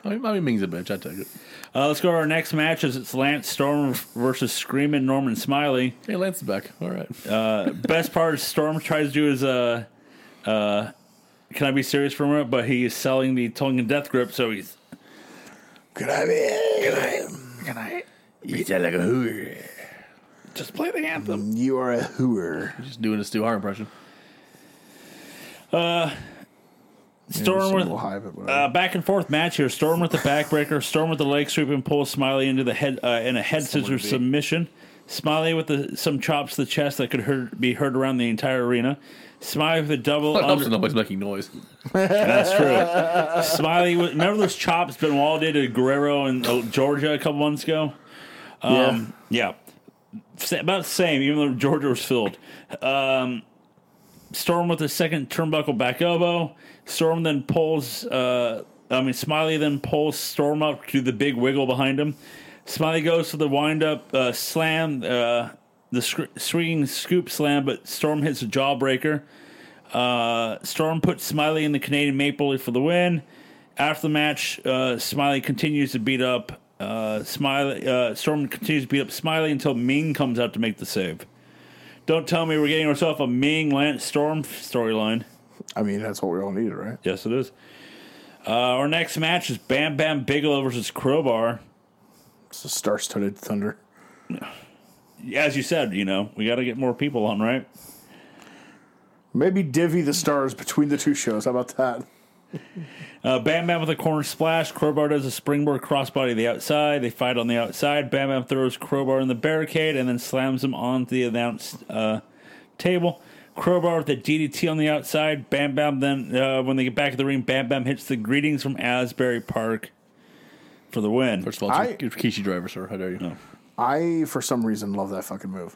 [SPEAKER 3] I mean, I mean Ming's a bitch. I take it.
[SPEAKER 1] Uh, let's go to our next match. As it's Lance Storm versus Screaming Norman Smiley.
[SPEAKER 3] Hey, Lance is back. All right.
[SPEAKER 1] Best part is Storm tries to do his. Uh, uh, can I be serious for a minute? But he is selling the tongue and death grip, so he's
[SPEAKER 2] Could I be?
[SPEAKER 3] Can I? You sound like a hooer. Just play the anthem.
[SPEAKER 2] You are a hooer.
[SPEAKER 3] Just doing a Stu Hart impression.
[SPEAKER 1] Storm with.
[SPEAKER 2] Little high, but whatever.
[SPEAKER 1] Uh, back and forth match here. Storm with the backbreaker. Storm with the leg sweep and pulls Smiley into the head uh, in a head scissors submission. Smiley with the, some chops to the chest that could heard, be heard around the entire arena. Smiley with a double.
[SPEAKER 3] It helps
[SPEAKER 1] Under,
[SPEAKER 3] that nobody's making noise.
[SPEAKER 1] That's true. Smiley, with, remember those chops Benoit did to Guerrero in uh, Georgia a couple months ago? Um, yeah. Sa- About the same, even though Georgia was filled. Um, Storm with the second turnbuckle back elbow. Storm then pulls, uh, I mean, Smiley then pulls Storm up to the big wiggle behind him. Smiley goes for the wind up uh, slam, uh, the sc- swinging scoop slam, but Storm hits a jawbreaker. Uh, Storm puts Smiley in the Canadian Maple Leaf for the win. After the match, uh, Smiley continues to beat up uh, Smiley. Uh, Storm continues to beat up Smiley until Ming comes out to make the save. Don't tell me we're getting ourselves a Ming Lance Storm storyline.
[SPEAKER 2] I mean, that's what we all needed, right?
[SPEAKER 1] Yes, it is. Uh, our next match is Bam Bam Bigelow versus Crowbar.
[SPEAKER 2] It's a star-studded thunder.
[SPEAKER 1] As you said, you know we got to get more people on, right?
[SPEAKER 2] Maybe divvy the stars between the two shows. How about that?
[SPEAKER 1] Uh, Bam Bam with a corner splash. Crowbar does a springboard crossbody to the outside. They fight on the outside. Bam Bam throws Crowbar in the barricade and then slams him onto the announce uh, table. Crowbar with a DDT on the outside. Bam Bam then, uh, when they get back in the ring, Bam Bam hits the greetings from Asbury Park for the win.
[SPEAKER 3] First of all, it's
[SPEAKER 2] I-
[SPEAKER 3] a Rikishi driver, sir. How dare you?
[SPEAKER 2] I, for some reason, love that fucking move.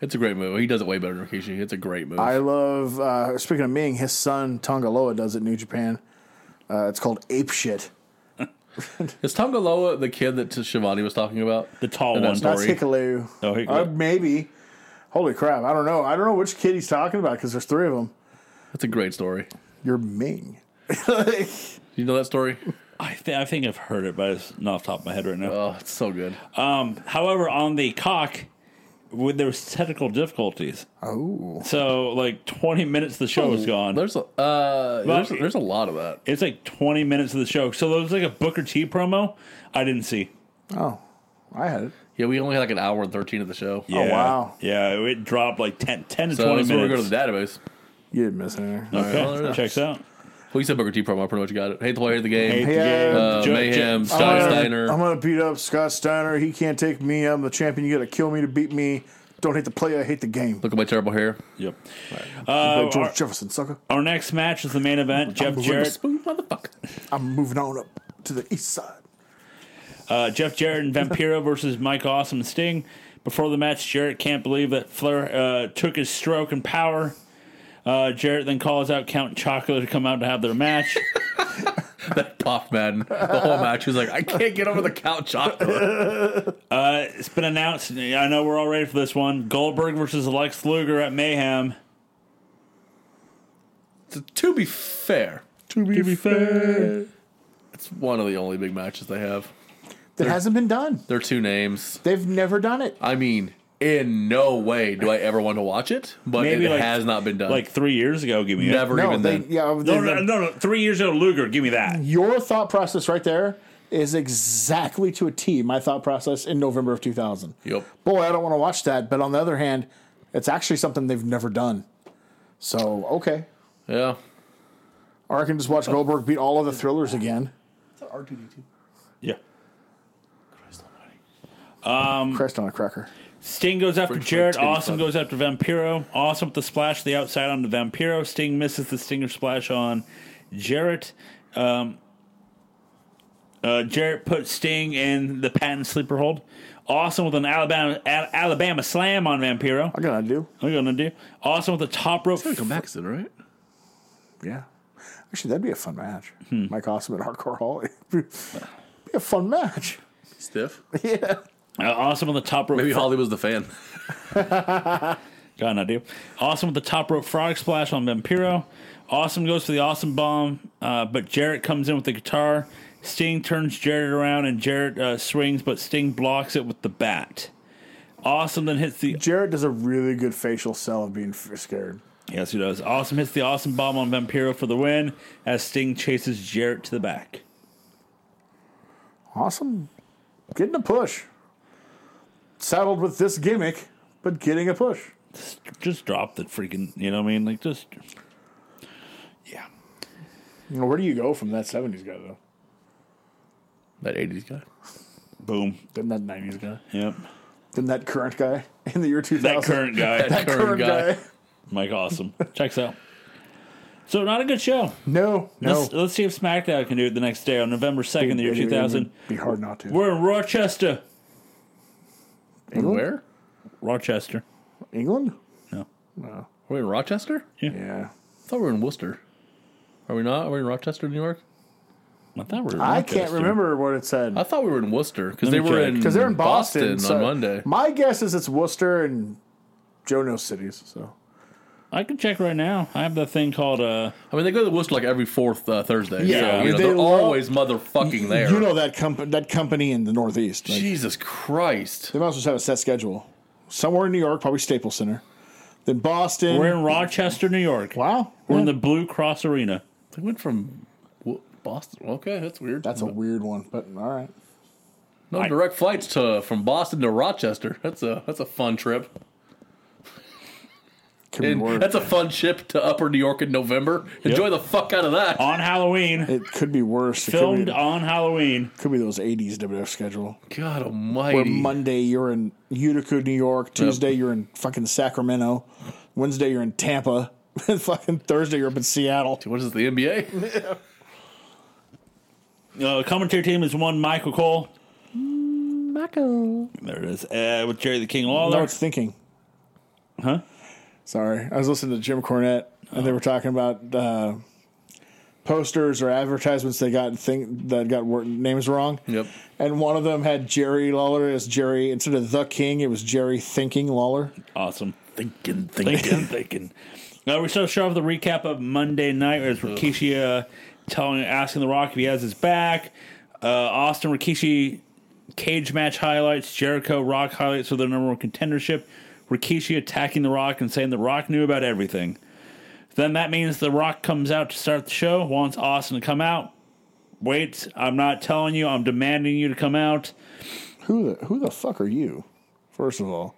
[SPEAKER 3] It's a great move. He does it way better than Rikishi. It's a great move.
[SPEAKER 2] I love. Uh, speaking of Ming, his son Tongaloa does it in New Japan. Uh, it's called ape shit.
[SPEAKER 3] Is Tom Galoa the kid that Shivani was talking about?
[SPEAKER 1] The tall
[SPEAKER 3] And that
[SPEAKER 1] one.
[SPEAKER 3] story?
[SPEAKER 2] That's Hikaru.
[SPEAKER 1] Oh, Hikaru.
[SPEAKER 2] Uh, maybe. Holy crap! I don't know. I don't know which kid he's talking about because there's three of them.
[SPEAKER 3] That's a great story.
[SPEAKER 2] You're Oh, Ming.
[SPEAKER 3] You know that story?
[SPEAKER 1] I, th- I think I've heard it, but it's not off the top of my head right now.
[SPEAKER 3] Oh, it's so good.
[SPEAKER 1] However, on the cock, with there was technical difficulties.
[SPEAKER 2] oh,
[SPEAKER 1] So, like 20 minutes of the show was gone.
[SPEAKER 3] There's a uh, there's, there's a lot of that.
[SPEAKER 1] It's like 20 minutes of the show. So there was like a Booker T promo I didn't see.
[SPEAKER 2] oh, I had it.
[SPEAKER 3] Yeah, we only had like an hour and thirteen of the show.
[SPEAKER 1] Yeah.
[SPEAKER 2] Oh, wow.
[SPEAKER 1] Yeah, it dropped like 10, 10 to
[SPEAKER 3] so
[SPEAKER 1] 20
[SPEAKER 3] that's where we
[SPEAKER 1] minutes.
[SPEAKER 3] go to the database.
[SPEAKER 2] You didn't miss anything.
[SPEAKER 1] Okay,
[SPEAKER 3] All right, well,
[SPEAKER 1] checks out.
[SPEAKER 3] Well, you said Booker T promo. I pretty much got it. Hate the player, hate the game.
[SPEAKER 1] Hey,
[SPEAKER 2] yeah.
[SPEAKER 1] Jay,
[SPEAKER 3] uh,
[SPEAKER 1] Jay-
[SPEAKER 3] mayhem,
[SPEAKER 1] Jay-
[SPEAKER 3] Scott
[SPEAKER 2] I'm gonna-
[SPEAKER 3] Steiner.
[SPEAKER 2] I'm gonna beat up Scott Steiner. He can't take me. I'm the champion. You gotta kill me to beat me. Don't hate the player. I hate the game.
[SPEAKER 3] Look at my terrible hair.
[SPEAKER 1] Yep.
[SPEAKER 2] Like
[SPEAKER 1] Uh,
[SPEAKER 2] George
[SPEAKER 1] our,
[SPEAKER 2] Jefferson, sucker.
[SPEAKER 1] our next match is the main event. Jeff Jarrett
[SPEAKER 3] Spoon, motherfucker.
[SPEAKER 2] I'm moving on up to the east side.
[SPEAKER 1] Uh, Jeff Jarrett and Vampiro versus Mike Awesome and Sting. Before the match, Jarrett can't believe that Flair uh, took his stroke and power. Uh, Jarrett then calls out Count Chocula to come out to have their match.
[SPEAKER 3] That Pop man, the whole match was like, I can't get over the couch chocolate.
[SPEAKER 1] It's been announced. I know we're all ready for this one. Goldberg versus Lex Luger at Mayhem.
[SPEAKER 3] To- to be fair,
[SPEAKER 2] To be, fair,
[SPEAKER 3] it's one of the only big matches they have.
[SPEAKER 2] that hasn't been done.
[SPEAKER 3] Their two names.
[SPEAKER 2] They've never done it.
[SPEAKER 3] I mean, in no way do I ever want to watch it, but
[SPEAKER 1] Maybe
[SPEAKER 3] it
[SPEAKER 1] like-
[SPEAKER 3] has not been done.
[SPEAKER 1] Like three years ago, give me
[SPEAKER 3] never
[SPEAKER 2] No,
[SPEAKER 3] even
[SPEAKER 2] they,
[SPEAKER 3] then.
[SPEAKER 2] yeah,
[SPEAKER 1] That. No,
[SPEAKER 2] they've
[SPEAKER 1] no,
[SPEAKER 2] been-
[SPEAKER 1] no, no, three years ago, Luger, give me that.
[SPEAKER 2] Your thought process right there is exactly to a T my thought process in November of 2000.
[SPEAKER 3] Yep.
[SPEAKER 2] Boy, I don't want to watch that, but on the other hand, it's actually something they've never done. So okay,
[SPEAKER 3] Yeah.
[SPEAKER 2] or I can just watch Goldberg beat all of the thrillers again.
[SPEAKER 1] Yeah.
[SPEAKER 2] Crest on a cracker.
[SPEAKER 1] Sting goes after
[SPEAKER 3] Bridge for
[SPEAKER 1] Jarrett.
[SPEAKER 3] titty
[SPEAKER 1] Awesome
[SPEAKER 3] fuck.
[SPEAKER 1] goes after Vampiro. Awesome with the splash to the outside onto Vampiro. Sting misses the Stinger splash on Jarrett. Um, uh, Jarrett puts Sting in the patent sleeper hold. Awesome with an Alabama Al- Alabama slam on Vampiro.
[SPEAKER 2] I gotta do.
[SPEAKER 1] What are you gonna do? Awesome with the top rope.
[SPEAKER 3] Come back, to it, right?
[SPEAKER 2] Yeah. Actually, that'd be a fun match. Mike Awesome and Hardcore Holly. be a fun match.
[SPEAKER 3] Stiff.
[SPEAKER 2] Yeah.
[SPEAKER 1] Uh, awesome on the top rope.
[SPEAKER 3] Maybe Holly was the fan.
[SPEAKER 1] Got an idea. Awesome with the top rope frog splash on Vampiro. Awesome goes for the awesome bomb, uh, but Jarrett comes in with the guitar. Sting turns Jarrett around and Jarrett uh, swings, but Sting blocks it with the bat. Awesome then hits the
[SPEAKER 2] Jared does a really good facial sell of being f- scared.
[SPEAKER 1] yes he does. Awesome hits the awesome bomb on Vampiro for the win as Sting chases Jarrett to the back.
[SPEAKER 2] Awesome. Getting a push. Saddled with this gimmick, but getting a push.
[SPEAKER 1] Just drop the freaking you know what I mean like just yeah
[SPEAKER 2] You know, where do you go from that 70s guy, though?
[SPEAKER 3] That 80s guy.
[SPEAKER 1] boom
[SPEAKER 2] Then that 90s guy.
[SPEAKER 1] yep
[SPEAKER 2] Then that current guy in the year 2000.
[SPEAKER 1] that current guy
[SPEAKER 3] That current guy.
[SPEAKER 1] Mike Awesome checks out. So not a good show.
[SPEAKER 2] No, no.
[SPEAKER 1] Let's, let's see if SmackDown can do it the next day on November 2nd, the year
[SPEAKER 2] It'd
[SPEAKER 1] 2000.
[SPEAKER 2] Be hard not to.
[SPEAKER 1] We're in Rochester.
[SPEAKER 2] England?
[SPEAKER 3] Where? Are
[SPEAKER 1] Rochester.
[SPEAKER 2] England?
[SPEAKER 1] No.
[SPEAKER 3] we in Rochester?
[SPEAKER 2] Yeah.
[SPEAKER 3] I thought we were in Worcester. Are we not? Are we in Rochester, New York?
[SPEAKER 1] I thought we were in
[SPEAKER 2] I
[SPEAKER 1] Rochester.
[SPEAKER 2] can't remember what it said.
[SPEAKER 3] I thought we were in Worcester because they
[SPEAKER 1] me
[SPEAKER 3] were
[SPEAKER 1] check.
[SPEAKER 3] in
[SPEAKER 2] Because they're in Boston, so
[SPEAKER 3] on Monday.
[SPEAKER 2] My guess is it's Worcester and Joe knows cities. So
[SPEAKER 1] I can check right now. I have that thing called, uh,
[SPEAKER 3] I mean, they go to Worcester like every fourth uh, Thursday.
[SPEAKER 2] Yeah,
[SPEAKER 3] so,
[SPEAKER 2] I
[SPEAKER 3] you
[SPEAKER 2] mean,
[SPEAKER 3] know,
[SPEAKER 2] they
[SPEAKER 3] they are
[SPEAKER 2] love-
[SPEAKER 3] always motherfucking there.
[SPEAKER 2] you know that comp- that company in the Northeast. like,
[SPEAKER 3] Jesus Christ!
[SPEAKER 2] they might as well just have a set schedule somewhere in New York, probably Staples Center, then Boston.
[SPEAKER 1] we're in Rochester, New York.
[SPEAKER 2] wow,
[SPEAKER 1] We're in the Blue Cross Arena.
[SPEAKER 3] They went from Wo- Boston. Okay, that's weird.
[SPEAKER 2] that's a weird one, but all right.
[SPEAKER 3] no direct flights to from Boston to Rochester. That's a that's a fun trip.
[SPEAKER 2] Could be
[SPEAKER 3] And
[SPEAKER 2] worse.
[SPEAKER 3] that's a fun trip to Upper New York in November. Enjoy the fuck out of that.
[SPEAKER 1] On Halloween.
[SPEAKER 2] it could be worse. It could
[SPEAKER 1] Filmed
[SPEAKER 2] be,
[SPEAKER 1] on Halloween.
[SPEAKER 2] could be those '80s WF schedule
[SPEAKER 3] God
[SPEAKER 2] where
[SPEAKER 3] Almighty!
[SPEAKER 2] Monday you're in Utica, New York. Tuesday you're in fucking Sacramento. Wednesday you're in Tampa. And fucking Thursday you're up in Seattle.
[SPEAKER 3] what is this, the NBA?
[SPEAKER 1] Uh, commentary team is one Michael Cole. Michael. There it is. Uh, with Jerry the King Lawler.
[SPEAKER 2] No, it's thinking.
[SPEAKER 1] Huh?
[SPEAKER 2] Sorry, I was listening to Jim Cornette, and they were talking about uh, posters or advertisements they got think that got wor- names wrong.
[SPEAKER 3] Yep.
[SPEAKER 2] And one of them had Jerry Lawler as Jerry instead of the King. It was Jerry Thinking Lawler.
[SPEAKER 1] Awesome. Thinking, thinking, thinking. Now we start show off the recap of Monday night as Rikishi uh, telling, asking The Rock if he has his back. Uh, Austin Rikishi cage match highlights. Jericho Rock highlights for their number one contendership. Rikishi attacking The Rock and saying The Rock knew about everything. Then that means The Rock comes out to start the show. Wants Austin to come out. Wait, I'm not telling you. I'm demanding you to come out.
[SPEAKER 2] Who the who the fuck are you? First of all,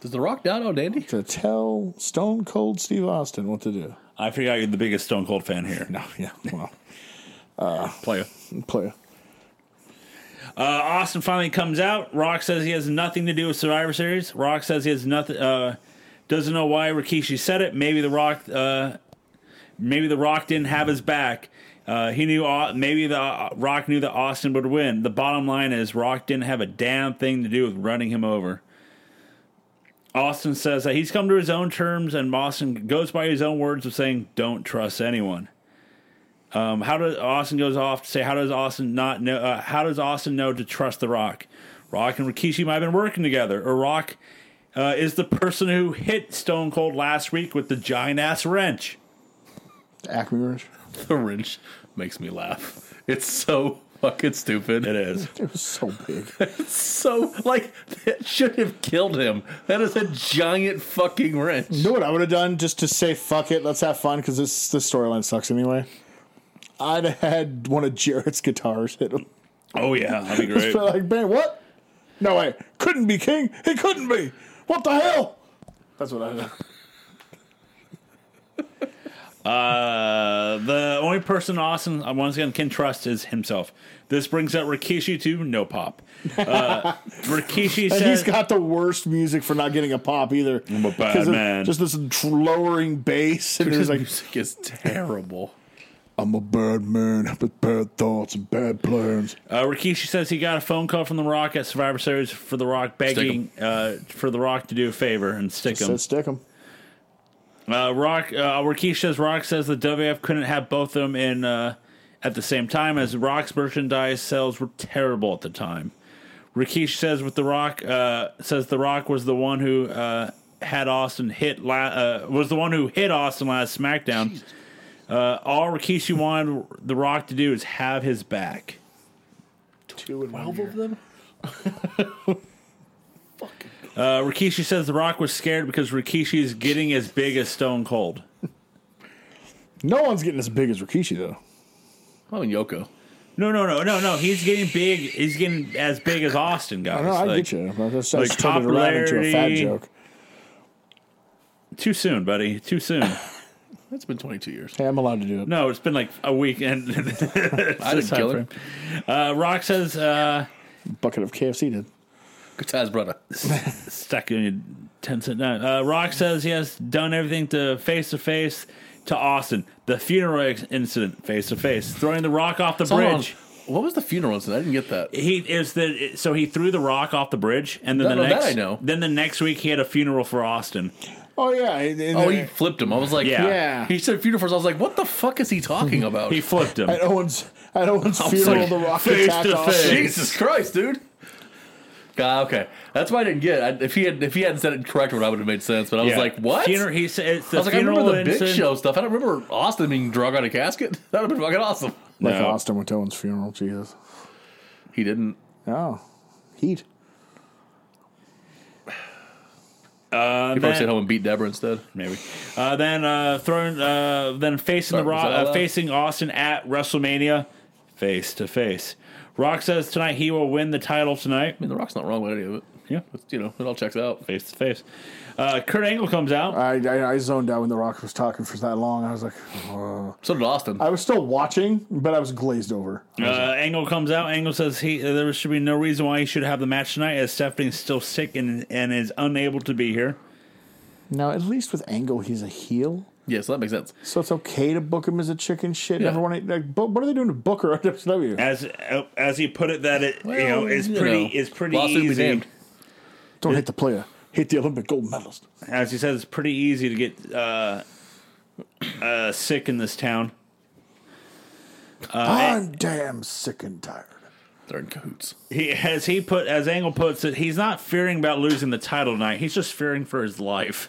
[SPEAKER 3] Does the Rock down on Dandy?
[SPEAKER 2] to tell Stone Cold Steve Austin what to do.
[SPEAKER 1] I forgot you're the biggest Stone Cold fan here.
[SPEAKER 2] No, yeah, well, uh,
[SPEAKER 3] Player.
[SPEAKER 2] play.
[SPEAKER 1] Austin finally comes out. Rock says he has nothing to do with Survivor Series. Rock says he has nothing. Uh, doesn't know why Rikishi said it. Maybe the Rock. Uh, maybe the Rock didn't have his back. Uh, he knew. Au- Maybe the uh, Rock knew that Austin would win. The bottom line is Rock didn't have a damn thing to do with running him over. Austin says that he's come to his own terms, and Austin goes by his own words of saying, "Don't trust anyone." Um, how does Austin goes off to say, "How does Austin not know? Uh, how does Austin know to trust The Rock? Rock and Rikishi might have been working together, or Rock uh, is the person who hit Stone Cold last week with the giant ass wrench."
[SPEAKER 2] Acme Ridge.
[SPEAKER 3] The wrench makes me laugh. It's so fucking stupid.
[SPEAKER 1] It is.
[SPEAKER 2] It was so big.
[SPEAKER 3] so like that should have killed him. That is a giant fucking wrench.
[SPEAKER 2] You know what I would have done just to say fuck it, let's have fun because this this storyline sucks anyway. I'd have had one of Jarrett's guitars hit him.
[SPEAKER 1] Oh yeah, that'd be
[SPEAKER 2] Just
[SPEAKER 1] great.
[SPEAKER 2] be like, man, what? No way, couldn't be king. He couldn't be. What the hell? That's what I did.
[SPEAKER 1] Uh, the only person Austin uh, once again can trust is himself. This brings up Rikishi to no pop. Uh, Rikishi
[SPEAKER 2] And he's
[SPEAKER 1] says,
[SPEAKER 2] got the worst music for not getting a pop either.
[SPEAKER 1] I'm a bad
[SPEAKER 2] 'Cause of
[SPEAKER 1] man.
[SPEAKER 2] Just this tr- lowering bass, and
[SPEAKER 3] His
[SPEAKER 2] there's like,
[SPEAKER 3] music is terrible.
[SPEAKER 2] I'm a bad man with bad thoughts and bad plans.
[SPEAKER 1] uh, Rikishi says he got a phone call from The Rock at Survivor Series for The Rock begging uh, for The Rock to do a favor and stick him.
[SPEAKER 2] So stick him.
[SPEAKER 1] Uh, Rock uh, Rikishi says Rock says the WF couldn't have both of them in uh, at the same time as Rock's merchandise sales were terrible at the time. Rikishi says with the Rock uh, says the Rock was the one who uh, had Austin hit la- uh, was the one who hit Austin last SmackDown. Uh, all Rikishi wanted the Rock to do is have his back.
[SPEAKER 2] Two and one.
[SPEAKER 3] Both of them?
[SPEAKER 1] Uh, Rikishi says the Rock was scared because Rikishi is getting as big as Stone Cold.
[SPEAKER 2] No one's getting as big as Rikishi though.
[SPEAKER 3] Oh, and Yoko.
[SPEAKER 1] No, no, no, no, no. He's getting big. He's getting as big as Austin, guys.
[SPEAKER 2] No, I
[SPEAKER 1] Like-
[SPEAKER 2] get you. I just, I
[SPEAKER 1] like
[SPEAKER 2] just turned it around into a fat
[SPEAKER 1] popularity.
[SPEAKER 2] joke.
[SPEAKER 1] Too soon, buddy. Too soon.
[SPEAKER 3] That's been 22 years.
[SPEAKER 2] Hey, I'm allowed to do it.
[SPEAKER 1] No, it's been like a week. And
[SPEAKER 3] I didn't kill him.
[SPEAKER 1] uh, Rock says, uh,
[SPEAKER 2] Bucket of KFC did.
[SPEAKER 3] Good times, brother.
[SPEAKER 1] stuck in your 10 cent note. Uh, Rock says he has done everything to face to face to Austin. The funeral ex- incident, face to face. Throwing the rock off the
[SPEAKER 3] So hold on.
[SPEAKER 1] bridge.
[SPEAKER 3] What was the funeral incident? I didn't get that.
[SPEAKER 1] He is the so he threw the rock off the bridge, and then
[SPEAKER 3] No,
[SPEAKER 1] the
[SPEAKER 3] no, that
[SPEAKER 1] next
[SPEAKER 3] I know.
[SPEAKER 1] then the next week he had a funeral for Austin.
[SPEAKER 2] Oh yeah. and- and
[SPEAKER 3] Oh,
[SPEAKER 2] then-
[SPEAKER 3] he flipped him. I was like,
[SPEAKER 1] Yeah.
[SPEAKER 2] Yeah.
[SPEAKER 3] He said funeral. first. I was like, what the fuck is he talking about?
[SPEAKER 1] He flipped him.
[SPEAKER 2] at Owen's at Owen's
[SPEAKER 3] I'm
[SPEAKER 2] funeral,
[SPEAKER 3] sorry.
[SPEAKER 2] the Rock
[SPEAKER 1] Face
[SPEAKER 2] attacked
[SPEAKER 1] to
[SPEAKER 2] Austin.
[SPEAKER 1] face.
[SPEAKER 3] Oh, Jesus Christ, dude. God, okay, that's why I didn't get. It. I, if he had, if he hadn't said it correct, what I would have made sense. But I was
[SPEAKER 1] Yeah.
[SPEAKER 3] like, what?
[SPEAKER 1] Funeral, he said it's the
[SPEAKER 3] I was like, I
[SPEAKER 1] funeral
[SPEAKER 3] remember the Big
[SPEAKER 1] incident.
[SPEAKER 3] Show stuff. I don't remember Austin being drug on a casket. That would have been fucking awesome.
[SPEAKER 2] Like
[SPEAKER 1] No.
[SPEAKER 2] Austin went to Owen's funeral. Jesus.
[SPEAKER 3] He didn't.
[SPEAKER 2] Oh, heat.
[SPEAKER 1] Uh,
[SPEAKER 3] He probably
[SPEAKER 1] then-
[SPEAKER 3] stayed home and beat Deborah instead.
[SPEAKER 1] maybe. Uh, then uh, throwing, uh, then facing the
[SPEAKER 3] Sorry, was
[SPEAKER 1] Rock,
[SPEAKER 3] that
[SPEAKER 1] uh,
[SPEAKER 3] allowed?
[SPEAKER 1] facing Austin at WrestleMania, face to face. Rock says tonight he will win the title tonight,
[SPEAKER 3] I mean, The Rock's not wrong with any of it.
[SPEAKER 1] Yeah.
[SPEAKER 3] It's, you know, it all checks out.
[SPEAKER 1] face to face. Uh, Kurt Angle comes out.
[SPEAKER 2] I, I I zoned out when the Rock was talking for that long. I was like, oh.
[SPEAKER 3] So did Austin.
[SPEAKER 2] I was still watching, but I was glazed over.
[SPEAKER 1] Uh, Angle comes out. Angle says he uh, there should be no reason why he should have the match tonight, as Stephanie's still sick and and is unable to be here.
[SPEAKER 2] Now, at least with Angle, he's a heel,
[SPEAKER 3] yeah, so that makes sense.
[SPEAKER 2] so it's okay to book him as a chicken shit.
[SPEAKER 3] Yeah.
[SPEAKER 2] Everyone, like, but what are they doing to Booker at WCW?
[SPEAKER 1] As uh, as he put it, that it you know
[SPEAKER 3] Well,
[SPEAKER 1] is
[SPEAKER 3] you
[SPEAKER 1] pretty
[SPEAKER 3] know,
[SPEAKER 1] is pretty
[SPEAKER 3] lawsuit be
[SPEAKER 1] easy.
[SPEAKER 3] damned.
[SPEAKER 2] Don't hit the player. Hit the Olympic gold medalist.
[SPEAKER 1] as he says, it's pretty easy to get uh, uh, sick in this town.
[SPEAKER 2] Uh,
[SPEAKER 3] Uh,
[SPEAKER 2] I'm damn sick and tired.
[SPEAKER 3] They're in cahoots.
[SPEAKER 1] He, as he put, as Angle puts it, he's not fearing about losing the title tonight. He's just fearing for his life.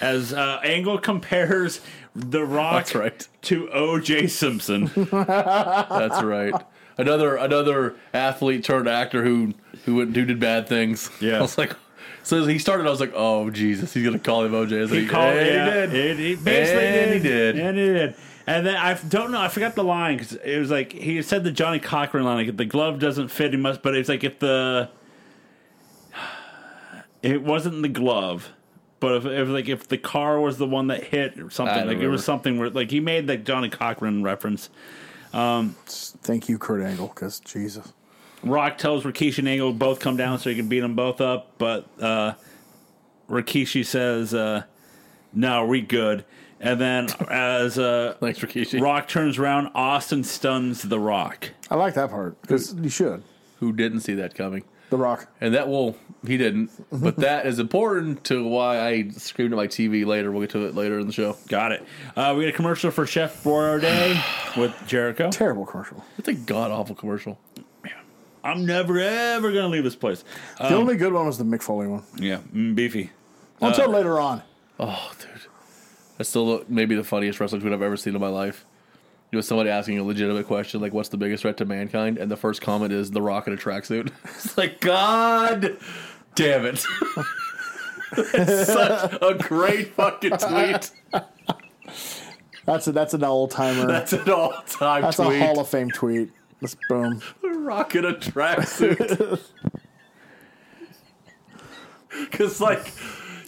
[SPEAKER 1] As uh, Angle compares The Rock
[SPEAKER 3] That's right.
[SPEAKER 1] to O.J. Simpson,
[SPEAKER 3] That's right. Another another athlete turned actor who who went- who did bad things.
[SPEAKER 1] Yeah.
[SPEAKER 3] I was like, so as he started. I was like, oh Jesus, he's gonna call him OJ.
[SPEAKER 1] he called
[SPEAKER 3] and
[SPEAKER 1] yeah,
[SPEAKER 3] He did.
[SPEAKER 1] It, he basically
[SPEAKER 3] And he
[SPEAKER 1] did.
[SPEAKER 3] did.
[SPEAKER 1] and he did. And then I f- don't know. I forgot the line because it was like he said the Johnny Cochran line. Like if the glove doesn't fit, he must. But it's like if the it wasn't the glove, but if, if like if the car was the one that hit or something,
[SPEAKER 3] I
[SPEAKER 1] like it
[SPEAKER 3] don't
[SPEAKER 1] was
[SPEAKER 3] remember.
[SPEAKER 1] something where like he made the Johnny Cochran reference.
[SPEAKER 2] Thank you, Kurt Angle, because Jesus.
[SPEAKER 1] Rock tells Rikishi and Angle both come down so he can beat them both up, but uh, Rikishi says, uh, "No, we good." And then as uh,
[SPEAKER 3] Thanks, Rikishi.
[SPEAKER 1] Rock turns around. Austin stuns the Rock.
[SPEAKER 2] I like that part because you should.
[SPEAKER 3] Who didn't see that coming?
[SPEAKER 2] The Rock.
[SPEAKER 3] And that will he didn't, but that is important to why I screamed at my TV later. We'll get to it later in the show.
[SPEAKER 1] Got it. Uh, we got a commercial for Chef Boyardee with Jericho.
[SPEAKER 2] Terrible commercial.
[SPEAKER 3] It's a god awful commercial.
[SPEAKER 1] I'm never ever gonna leave this place.
[SPEAKER 3] Um,
[SPEAKER 1] Uh,
[SPEAKER 2] the only good one was the Mick Foley one.
[SPEAKER 1] yeah, mm, beefy.
[SPEAKER 3] uh,
[SPEAKER 2] Until later on.
[SPEAKER 3] Oh, dude, that's still the- maybe the funniest wrestling tweet I've ever seen in my life. It was somebody asking a legitimate question like, "What's the biggest threat to mankind?" And the first comment is the Rock in a tracksuit. It's like, God damn it! it's such a great fucking tweet.
[SPEAKER 2] That's a, that's an all timer.
[SPEAKER 3] That's an all-time
[SPEAKER 2] That's
[SPEAKER 3] tweet.
[SPEAKER 2] a Hall of Fame tweet. Let's boom.
[SPEAKER 3] rock in a tracksuit. Because, like,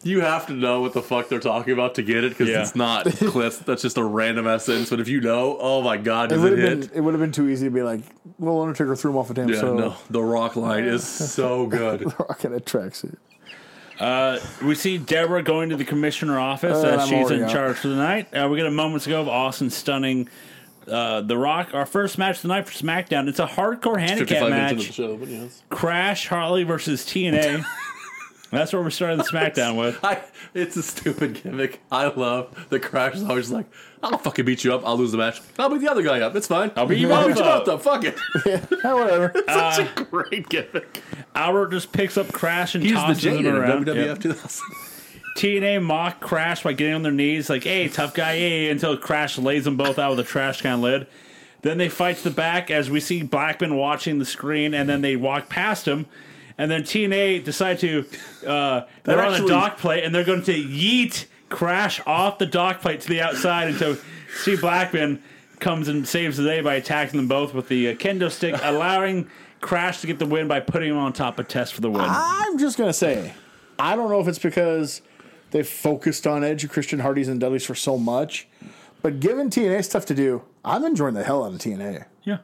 [SPEAKER 3] you have to know what the fuck they're talking about to get it because
[SPEAKER 1] Yeah.
[SPEAKER 3] it's not clips. That's just a random ass sentence. But if you know, oh my god,
[SPEAKER 2] It
[SPEAKER 3] does
[SPEAKER 2] would
[SPEAKER 3] it,
[SPEAKER 2] have
[SPEAKER 3] hit?
[SPEAKER 2] been it would have been too easy to be like, well, Undertaker threw him off a damn
[SPEAKER 3] yeah,
[SPEAKER 2] so
[SPEAKER 3] no. The rock line is so good.
[SPEAKER 2] Rock in a tracksuit.
[SPEAKER 1] Uh, we see Deborah going to the commissioner office
[SPEAKER 2] Uh,
[SPEAKER 1] as
[SPEAKER 2] I'm
[SPEAKER 1] she's
[SPEAKER 2] already
[SPEAKER 1] in
[SPEAKER 2] out.
[SPEAKER 1] charge for the night. Uh, we got a moments ago of Austin stunning uh, The Rock. Our first match of the night for SmackDown. It's a hardcore handicap
[SPEAKER 3] 55 minutes into the
[SPEAKER 1] match.
[SPEAKER 3] show, but yes.
[SPEAKER 1] Crash Harley versus TNA. That's what we're starting the SmackDown with.
[SPEAKER 3] I, it's a stupid gimmick. I love the crash is always like, I'll fucking beat you up. I'll lose the match. I'll beat the other guy up. It's fine. I'll
[SPEAKER 1] beat you
[SPEAKER 3] I'll
[SPEAKER 1] both
[SPEAKER 3] beat you
[SPEAKER 1] up."
[SPEAKER 3] both up. Fuck it.
[SPEAKER 2] Yeah, whatever.
[SPEAKER 3] Such a great gimmick.
[SPEAKER 1] Albert just picks up Crash and
[SPEAKER 3] He's the
[SPEAKER 1] tosses
[SPEAKER 3] Jane
[SPEAKER 1] him
[SPEAKER 3] in
[SPEAKER 1] around.
[SPEAKER 3] WWF
[SPEAKER 1] Yep.
[SPEAKER 3] 2000.
[SPEAKER 1] TNA mock Crash by getting on their knees, like, hey, tough guy, hey, until Crash lays them both out with a trash can lid. Then they fight to the back as we see Blackman watching the screen, and then they walk past him. And then TNA decide to, uh, they're on the
[SPEAKER 3] actually-
[SPEAKER 1] dock plate, and they're going to yeet Crash off the dock plate to the outside until Steve Blackman comes and saves the day by attacking them both with the uh, kendo stick, allowing Crash to get the win by putting him on top of Test for the win.
[SPEAKER 2] I'm just gonna say, I don't know if it's because they focused on Edge, Christian Hardy's, and Dudley's for so much, but given TNA stuff to do, I'm enjoying the hell out of TNA.
[SPEAKER 1] Yeah.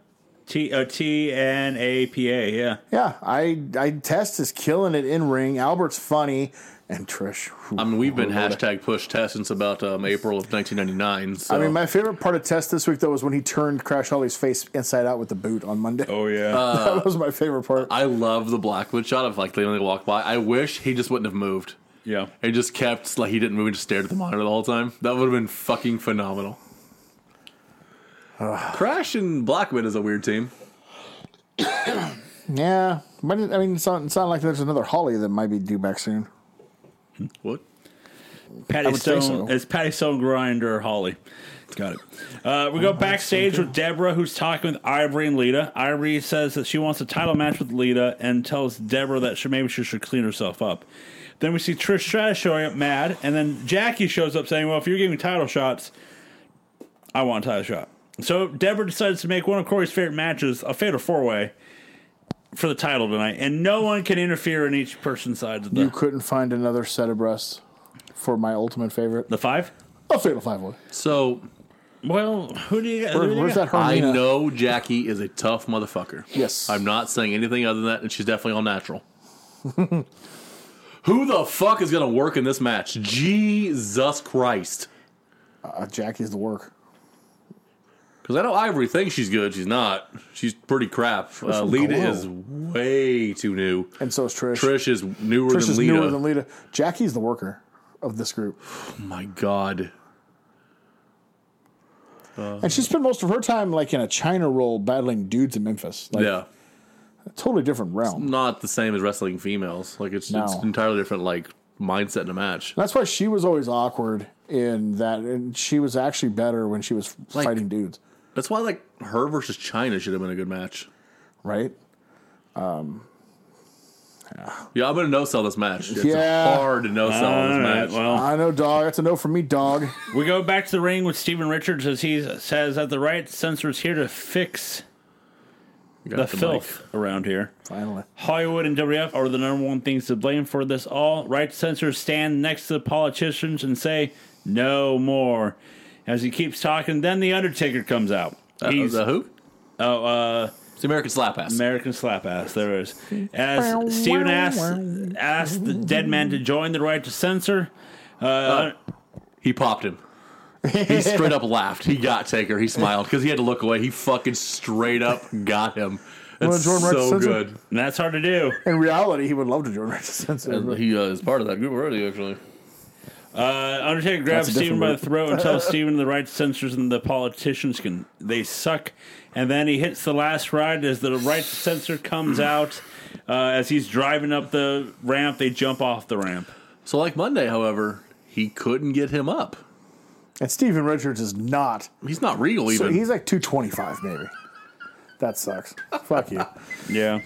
[SPEAKER 1] T O T N A P A, yeah.
[SPEAKER 2] Yeah, I I Test is killing it in ring. Albert's funny, and Trish. whew.
[SPEAKER 3] I mean, we've been hashtag push test since about um, April of 1999. So.
[SPEAKER 2] I mean, my favorite part of Test this week though was when he turned Crash Holly's face inside out with the boot on Monday.
[SPEAKER 1] Oh yeah.
[SPEAKER 2] that was my favorite part.
[SPEAKER 3] I love the Blackwood shot of like they only walk by. I wish he just wouldn't have moved.
[SPEAKER 1] yeah.
[SPEAKER 3] He just kept like he didn't move and just stared at the monitor the whole time. That would have been fucking phenomenal. Crash and Blackwood is a weird team.
[SPEAKER 2] yeah, but it, I mean, it's not, it's not like there's another Holly that might be due back soon.
[SPEAKER 3] What?
[SPEAKER 1] Patty
[SPEAKER 2] would say
[SPEAKER 1] Stone
[SPEAKER 2] so.
[SPEAKER 1] it's Patty Stone Grinder Holly. Got it. Uh, we go backstage with Deborah, who's talking with Ivory and Lita. Ivory says that she wants a title match with Lita and tells Deborah that she maybe she should clean herself up. Then we see Trish Stratus showing up mad, and then Jackie shows up saying, "Well, if you're giving title shots, I want a title shot." So Deborah decides to make one of Corey's favorite matches a fatal four way for the title tonight, and no one can interfere in each person's side of the
[SPEAKER 2] You couldn't find another set of breasts for my ultimate favorite.
[SPEAKER 1] the five.
[SPEAKER 2] A fatal five way.
[SPEAKER 3] So
[SPEAKER 1] Well, who do you? who do
[SPEAKER 2] Where,
[SPEAKER 1] you
[SPEAKER 2] where's
[SPEAKER 1] got?
[SPEAKER 2] that
[SPEAKER 3] I
[SPEAKER 2] Hermina?
[SPEAKER 3] know Jackie is a tough motherfucker.
[SPEAKER 2] Oh, Yes.
[SPEAKER 3] I'm not saying anything other than that, and she's definitely all natural. Who the fuck is gonna work in this match? Jesus Christ.
[SPEAKER 2] Uh, Jackie's the work.
[SPEAKER 3] Because I know Ivory thinks she's good. She's not. She's pretty crap. Uh,
[SPEAKER 2] from
[SPEAKER 3] Lita
[SPEAKER 2] Glow.
[SPEAKER 3] is way too new.
[SPEAKER 2] And so is Trish.
[SPEAKER 3] Trish is newer
[SPEAKER 2] Trish
[SPEAKER 3] than
[SPEAKER 2] is
[SPEAKER 3] Lita.
[SPEAKER 2] newer than Lita. Jackie's the worker of this group.
[SPEAKER 3] oh my god.
[SPEAKER 2] And she spent most of her time like in a China role battling dudes in Memphis. Like
[SPEAKER 3] yeah.
[SPEAKER 2] a totally different realm.
[SPEAKER 3] Not the same as wrestling females. Like it's,
[SPEAKER 2] No.
[SPEAKER 3] it's entirely different like mindset in a match.
[SPEAKER 2] That's why she was always awkward in that and she was actually better when she was
[SPEAKER 3] Like-
[SPEAKER 2] fighting dudes,
[SPEAKER 3] That's why like her versus China should have been a good match.
[SPEAKER 2] right?
[SPEAKER 3] Yeah, I'm gonna no sell this match. It's
[SPEAKER 2] Yeah.
[SPEAKER 3] hard to no sell
[SPEAKER 1] All
[SPEAKER 3] this
[SPEAKER 1] right,
[SPEAKER 3] match.
[SPEAKER 1] well,
[SPEAKER 2] I know dog, that's a no for me, dog.
[SPEAKER 1] we go back to the ring with Steven Richards as he says that the right sensor is here to fix
[SPEAKER 3] You
[SPEAKER 1] the
[SPEAKER 3] got the mic.
[SPEAKER 1] filth around here.
[SPEAKER 2] Finally.
[SPEAKER 1] Hollywood and WF are the number one things to blame for this all. Right sensors stand next to the politicians and say, no more. As he keeps talking, then The Undertaker comes out.
[SPEAKER 3] Uh,
[SPEAKER 1] He's,
[SPEAKER 3] the who?
[SPEAKER 1] oh, uh,
[SPEAKER 3] It's the American slap ass.
[SPEAKER 1] American slap ass. There it is. As Steven asks, asks the dead man to join the right to censor.
[SPEAKER 3] He popped him. He straight up laughed. He got Taker. He smiled because he had to look away. He fucking straight up got him.
[SPEAKER 2] Well, Jordan Rex
[SPEAKER 4] so
[SPEAKER 2] says it.
[SPEAKER 4] good.
[SPEAKER 1] And that's hard to do.
[SPEAKER 2] In reality, he would love to join Reigns as censor.
[SPEAKER 3] And he uh, is part of that group already, actually.
[SPEAKER 1] Uh, Undertaker grabs
[SPEAKER 2] a
[SPEAKER 1] Steven
[SPEAKER 2] different
[SPEAKER 1] by the
[SPEAKER 2] move.
[SPEAKER 1] throat and tells Steven the right censors and the politicians can they suck. And then he hits the last ride as the right censor comes out. Uh, as he's driving up the ramp, they jump off the ramp.
[SPEAKER 3] So, like Monday, however, he couldn't get him up.
[SPEAKER 2] And Steven Richards is not.
[SPEAKER 3] He's not regal
[SPEAKER 2] So
[SPEAKER 3] even.
[SPEAKER 2] he's like 225, maybe. That sucks. Fuck you.
[SPEAKER 1] Yeah.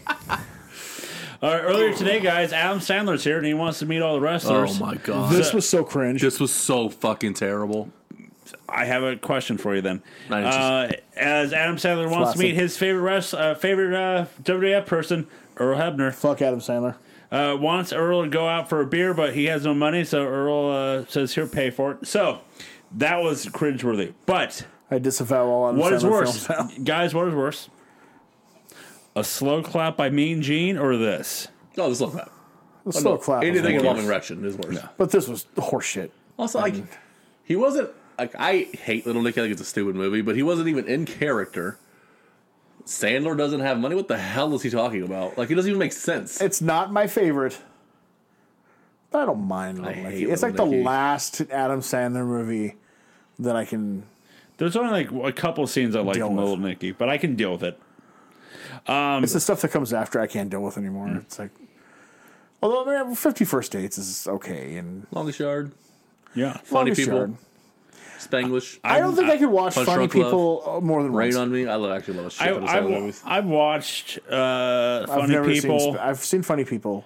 [SPEAKER 1] All right, earlier today, guys, Adam Sandler's here and he wants to meet all the
[SPEAKER 3] oh
[SPEAKER 1] wrestlers.
[SPEAKER 3] my god,
[SPEAKER 2] This was so cringe.
[SPEAKER 3] this was so fucking terrible.
[SPEAKER 1] I have a question for you then.
[SPEAKER 3] Nine inches.
[SPEAKER 1] Uh, as Adam Sandler wants to
[SPEAKER 2] Flaccid.
[SPEAKER 1] meet his favorite rest, uh, favorite uh, WWF person, Earl Hebner.
[SPEAKER 2] Fuck Adam Sandler.
[SPEAKER 1] uh, wants Earl to go out for a beer, but he has no money, so Earl uh, says, "Here, pay for it." So that was cringeworthy. But
[SPEAKER 2] I disavow all Adam
[SPEAKER 1] what
[SPEAKER 2] Sandler
[SPEAKER 1] is worse,
[SPEAKER 2] films.
[SPEAKER 1] guys? What is worse? A slow clap by Mean Gene or this?
[SPEAKER 3] No, Oh, this love that.
[SPEAKER 2] The slow clap. was
[SPEAKER 3] Anything
[SPEAKER 2] worse.
[SPEAKER 3] involving erection is worse.
[SPEAKER 2] But this was horseshit.
[SPEAKER 3] Also, like he wasn't like I hate Little Nick. I think it's a stupid movie, but he wasn't even in character. Sandler doesn't have money. What the hell is he talking about? Like it doesn't even make sense.
[SPEAKER 2] It's not my favorite. But I don't mind Little
[SPEAKER 3] hate
[SPEAKER 2] Nicky. It's
[SPEAKER 3] Little
[SPEAKER 2] like the
[SPEAKER 3] Nicky.
[SPEAKER 2] last Adam Sandler movie that I can.
[SPEAKER 1] There's only like a couple scenes I like
[SPEAKER 2] Deal
[SPEAKER 1] in
[SPEAKER 2] with.
[SPEAKER 1] Little Nicky, but I can deal with it.
[SPEAKER 2] it's the stuff that comes after I can't deal with anymore.
[SPEAKER 3] Mm.
[SPEAKER 2] It's like. Although I mean, 51st Dates is okay. and
[SPEAKER 3] Longest yard,
[SPEAKER 1] Yeah,
[SPEAKER 3] funny
[SPEAKER 2] Longest
[SPEAKER 3] people,
[SPEAKER 2] Yard.
[SPEAKER 3] Spanglish,
[SPEAKER 2] I don't think I, could watch
[SPEAKER 3] Punch
[SPEAKER 2] funny
[SPEAKER 3] Drunk Love.
[SPEAKER 2] people uh, more than
[SPEAKER 3] rain
[SPEAKER 2] once.
[SPEAKER 3] on me. I love actually love
[SPEAKER 1] I,
[SPEAKER 3] shit. I,
[SPEAKER 1] I,
[SPEAKER 3] movies.
[SPEAKER 1] I've watched uh,
[SPEAKER 2] I've
[SPEAKER 1] Funny
[SPEAKER 2] never seen.
[SPEAKER 1] People.
[SPEAKER 2] sp- I've seen funny people,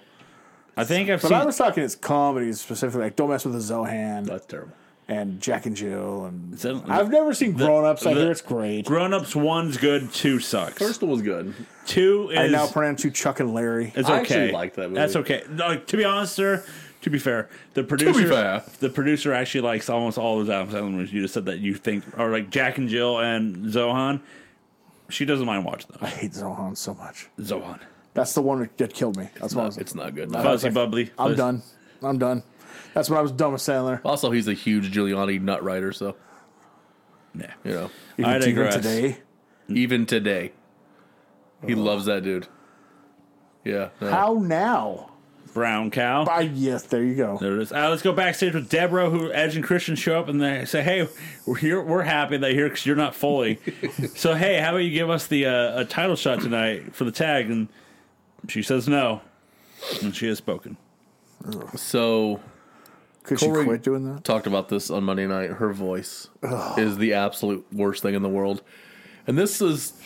[SPEAKER 1] I think I've
[SPEAKER 2] but
[SPEAKER 1] seen.
[SPEAKER 2] I was talking it's comedies specifically, like Don't Mess with the Zohan
[SPEAKER 3] That's terrible.
[SPEAKER 2] and Jack and Jill, and
[SPEAKER 1] that-
[SPEAKER 2] I've never seen Grown Ups. I
[SPEAKER 1] the-
[SPEAKER 2] hear it's great.
[SPEAKER 1] Grown Ups one's good, two sucks.
[SPEAKER 3] First one was good.
[SPEAKER 1] two is
[SPEAKER 2] I now pronounce you Chuck and Larry.
[SPEAKER 1] It's okay.
[SPEAKER 3] I actually like that movie.
[SPEAKER 1] That's okay. Like, to be honest, sir. To be fair, the producer
[SPEAKER 3] fair.
[SPEAKER 1] the producer actually likes almost all those Adam Sandler movies. You just said that you think or like Jack and Jill and Zohan. She doesn't mind watching
[SPEAKER 2] I
[SPEAKER 1] those.
[SPEAKER 2] hate Zohan so much.
[SPEAKER 1] Zohan,
[SPEAKER 2] That's the one that killed me. That's what I
[SPEAKER 3] No,
[SPEAKER 2] was
[SPEAKER 3] it's not good.
[SPEAKER 1] fuzzy bubbly.
[SPEAKER 2] I'm done. I'm done. That's when I was done with Sandler.
[SPEAKER 3] Also, he's a huge Giuliani nut writer, so
[SPEAKER 1] Nah.
[SPEAKER 3] you know,
[SPEAKER 1] I
[SPEAKER 2] Even
[SPEAKER 1] digress.
[SPEAKER 2] today.
[SPEAKER 3] even today, he loves that dude. Yeah. no.
[SPEAKER 2] Oh. How now?
[SPEAKER 1] Brown cow.
[SPEAKER 2] I, yes, there you go.
[SPEAKER 1] There it is. Uh, let's go backstage with Deborah, who Edge and Christian show up and they say, "Hey, we're here. We're happy that you're here because you're not fully. so hey, how about you give us the uh, a title shot tonight for the tag?" And she says no, and she has spoken.
[SPEAKER 3] So
[SPEAKER 2] Could
[SPEAKER 3] Corey-
[SPEAKER 2] she quit doing that?
[SPEAKER 3] talked about this on Monday night. Her voice is the absolute worst thing in the world. And this is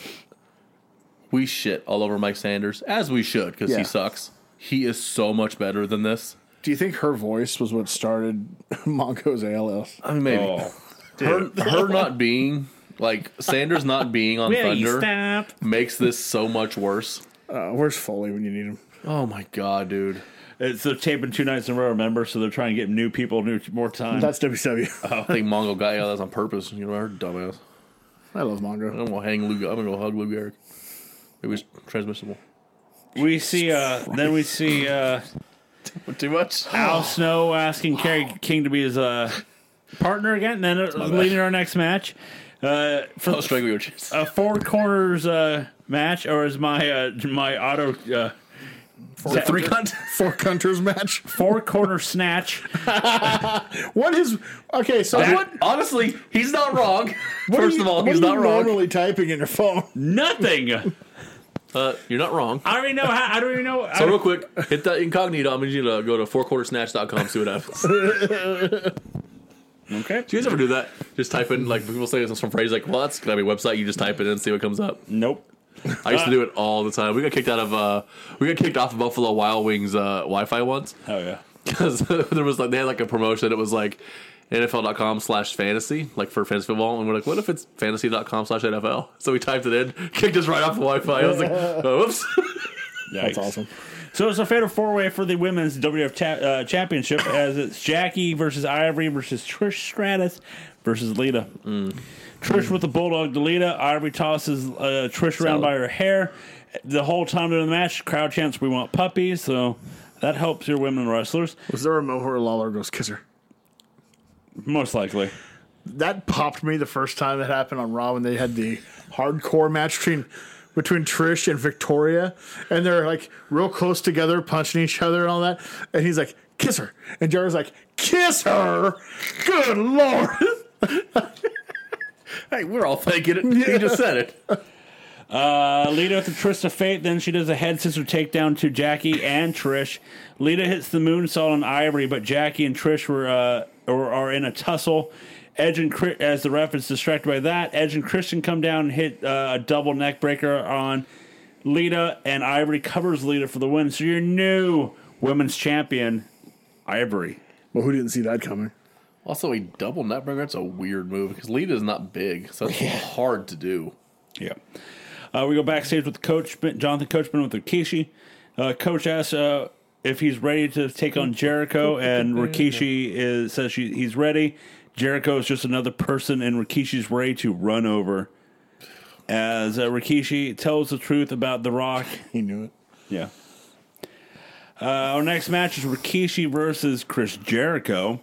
[SPEAKER 3] we shit all over Mike Sanders as we should because
[SPEAKER 2] Yeah.
[SPEAKER 3] he sucks. He is so much better than this.
[SPEAKER 2] Do you think her voice was what started Mongo's ALS?
[SPEAKER 3] I mean, maybe
[SPEAKER 1] Oh,
[SPEAKER 3] her, her not being like Sanders not being on
[SPEAKER 1] will you
[SPEAKER 3] Thunder
[SPEAKER 1] stop?
[SPEAKER 3] makes this so much worse.
[SPEAKER 2] Uh, where's Foley when you need him?
[SPEAKER 3] Oh my god, dude!
[SPEAKER 1] It's they're taping two nights in a row, remember? So they're trying to get new people, new more time.
[SPEAKER 2] That's E. WCW.
[SPEAKER 3] I think Mongo got out that's on purpose. You know, her dumbass.
[SPEAKER 2] I love Mongo.
[SPEAKER 3] I'm gonna hang Lou. I'm gonna go hug Lou Gehrig. It was transmissible.
[SPEAKER 1] we see, uh, then we see uh,
[SPEAKER 3] Too much.
[SPEAKER 1] Al Snow asking Kerry King to be his uh, partner again, and then uh, leading our next match. Uh, for
[SPEAKER 3] I'll strangle your chest.
[SPEAKER 1] a four corners uh, match, or is my uh, my auto uh,
[SPEAKER 3] The three contest.
[SPEAKER 2] Four counters match.
[SPEAKER 1] four corner snatch?
[SPEAKER 2] What is okay? So what?
[SPEAKER 3] Honestly, he's not wrong.
[SPEAKER 2] what are
[SPEAKER 3] First
[SPEAKER 2] you-
[SPEAKER 3] of all,
[SPEAKER 2] what
[SPEAKER 3] he's
[SPEAKER 2] are you
[SPEAKER 3] not wrong.
[SPEAKER 2] Normally typing in your phone.
[SPEAKER 1] Nothing. I
[SPEAKER 3] Uh, you're not wrong.
[SPEAKER 1] don't even know. How, I don't even know. I
[SPEAKER 3] So real
[SPEAKER 1] don't,
[SPEAKER 3] quick, hit that incognito. I'm going you to go to fourquartersnatch.com, see what happens. do
[SPEAKER 1] okay.
[SPEAKER 3] you guys ever do that? Just type in, like, people say some phrase like, well, that's going to be a website. You just type it in and see what comes up.
[SPEAKER 1] Nope.
[SPEAKER 3] I used to do it all the time. We got kicked out of, uh, we got kicked off of Buffalo Wild Wings uh, Wi-Fi once.
[SPEAKER 1] Oh yeah.
[SPEAKER 3] because there was like they had like a promotion. It was like NFL.com slash fantasy, like for fantasy football. And we're like, what if it's fantasy.com slash NFL? So we typed it in, kicked us right off the Wi Fi. I was like, oh, whoops.
[SPEAKER 2] That's
[SPEAKER 1] Yikes.
[SPEAKER 2] awesome.
[SPEAKER 1] So it's a fatal four way for the women's WWF cha- uh, championship as it's Jackie versus Ivory versus Trish Stratus versus Lita.
[SPEAKER 3] Mm.
[SPEAKER 1] Trish with the bulldog to Lita. Ivory tosses uh, Trish around
[SPEAKER 3] Solid.
[SPEAKER 1] by her hair. The whole time during the match, crowd chants, "We want puppies." So that helps your women wrestlers
[SPEAKER 2] Was there a moment where Lawler goes kiss her?
[SPEAKER 1] most likely.
[SPEAKER 2] That popped me the first time it happened on Raw when they had the hardcore match between between Trish and Victoria, and they're like real close together, punching each other and all that. And he's like, "Kiss her," and Jar's like, "Kiss her." Good lord!
[SPEAKER 3] Hey, we're all thinking it. You just said it.
[SPEAKER 1] Uh, Lita with the Twist of Fate. Then she does a head scissor takedown to Jackie and Trish. Lita hits the moonsault on Ivory, but Jackie and Trish were uh, or are in a tussle. Edge and Chri- as the ref is distracted by that, Edge and Christian come down and hit uh, a double neck breaker on Lita, and Ivory covers Lita for the win. So your new women's champion, Ivory.
[SPEAKER 2] Well, who didn't see that coming?
[SPEAKER 3] Also, a double net breaker. That's a weird move because Lita's not big, so it's hard to do.
[SPEAKER 1] Yeah. Uh, we go backstage with Coach Jonathan Coachman with Rikishi. Uh, Coach asks uh, if he's ready to take on Jericho, and Rikishi is, says she, he's ready. Jericho is just another person in Rikishi's way to run over. As uh, Rikishi tells the truth about The Rock.
[SPEAKER 2] He knew it.
[SPEAKER 1] Yeah. Uh, our next match is Rikishi versus Chris Jericho.